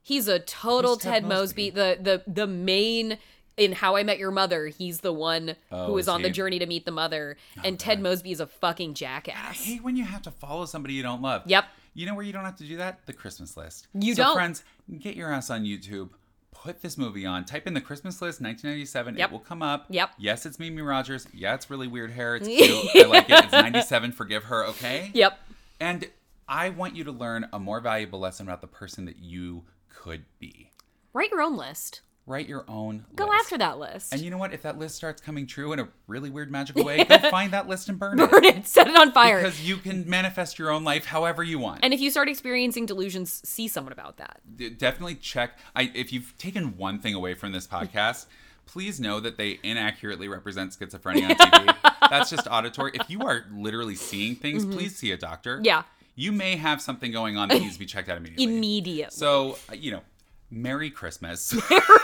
He's a total Who's Ted Ted, Mosby? The the the main in How I Met Your Mother. He's the one Oh, who is is on the he? Oh, journey to meet the mother, and Ted Mosby is a fucking jackass. Hey, when you have to follow somebody you don't love. Yep. You know where you don't have to do that? The Christmas list. You so don't. Friends, get your ass on YouTube. Put this movie on. Type in the Christmas list 1997. Yep. It will come up. Yep. Yes, it's Mimi Rogers. Yeah, it's really weird hair. It's cute. I like it. It's 97. Forgive her. Okay. Yep. And I want you to learn a more valuable lesson about the person that you could be. Write your own list. Write your own Go list. after that list. And you know what? If that list starts coming true in a really weird magical way, go find that list and burn, Burn it. Set it on fire. Because you can manifest your own life however you want. and if you start experiencing delusions, see someone about that. D- definitely check. I, if you've taken one thing away from this podcast, please know that they inaccurately represent schizophrenia on TV. That's just auditory. If you are literally seeing things, Mhm. please see a doctor. Yeah. You may have something going on that needs to be checked out immediately. Immediately. So, uh, you know, Merry Christmas. Christmas.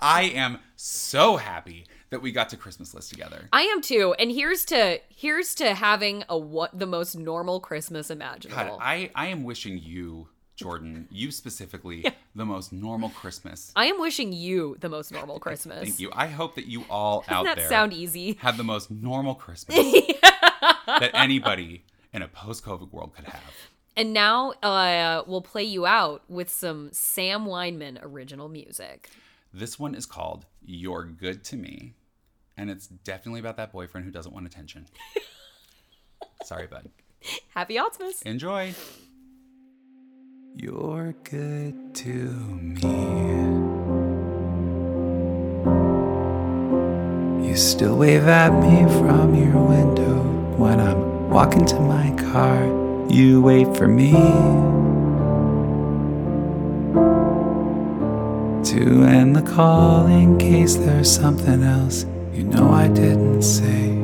I am so happy that we got to Christmas list together. I am too. And here's to here's to having a what the most normal Christmas imaginable. God, I, I am wishing you, Jordan, you specifically, the most normal Christmas. I am wishing you the most normal Christmas. Thank you. I hope that you all out that there sound easy? have the most normal Christmas that anybody in a post-COVID world could have. And now uh, we'll play you out with some Sam Weinman original music. This one is called "You're Good to Me," and it's definitely about that boyfriend who doesn't want attention. Sorry, bud. Happy Altmas. Enjoy. You're good to me. You still wave at me from your window when I'm walking to my car. You wait for me to end the call in case there's something else you know I didn't say.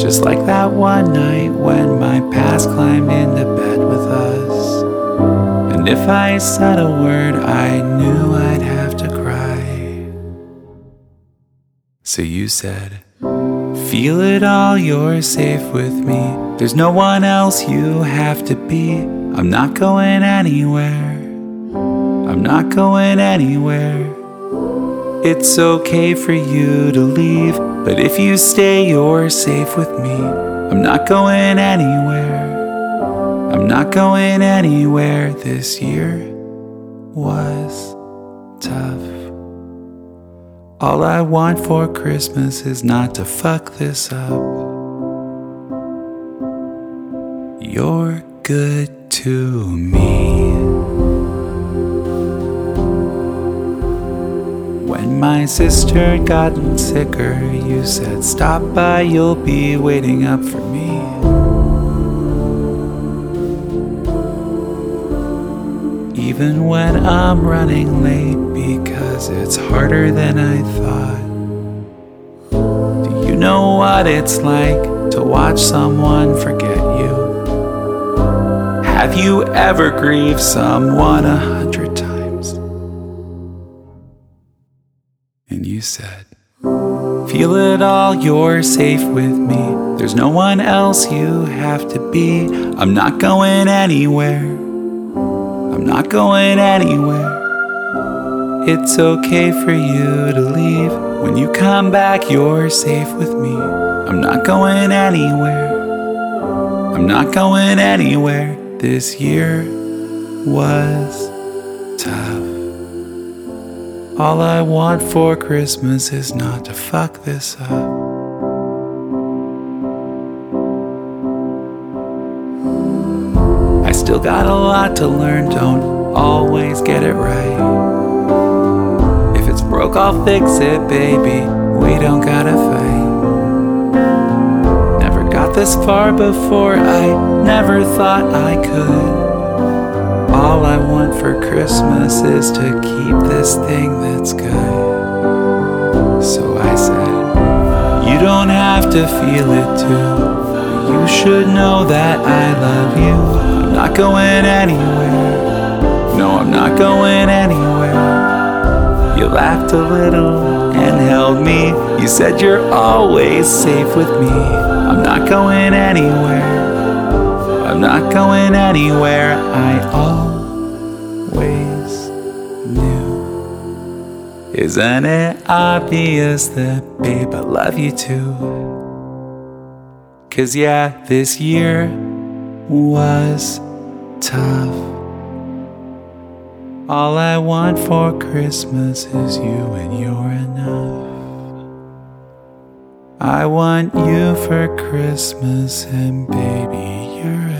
Just like that one night when my past climbed into bed with us. And if I said a word, I knew I'd have to cry. So you said, Feel it all, you're safe with me. There's no one else you have to be. I'm not going anywhere. I'm not going anywhere. It's okay for you to leave, but if you stay, you're safe with me. I'm not going anywhere. I'm not going anywhere. This year was tough. All I want for Christmas is not to fuck this up. You're good to me. When my sister had gotten sicker, you said, Stop by, you'll be waiting up for me. Even when I'm running late, because it's harder than I thought. Do you know what it's like to watch someone forget you? Have you ever grieved someone a hundred times? And you said, Feel it all, you're safe with me. There's no one else you have to be. I'm not going anywhere. I'm not going anywhere. It's okay for you to leave. When you come back, you're safe with me. I'm not going anywhere. I'm not going anywhere. This year was tough. All I want for Christmas is not to fuck this up. I still got a lot to learn, don't always get it right. If it's broke, I'll fix it, baby. We don't gotta fight. Never got this far before, I never thought I could. All I want for Christmas is to keep this thing that's good. So I said, You don't have to feel it too. You should know that I love you. I'm not going anywhere. No, I'm not going anywhere. You laughed a little and held me. You said you're always safe with me. I'm not going anywhere. I'm not going anywhere. I always knew. Isn't it obvious that, babe, I love you too? Cause yeah, this year was tough. All I want for Christmas is you, and you're enough. I want you for Christmas, and baby, you're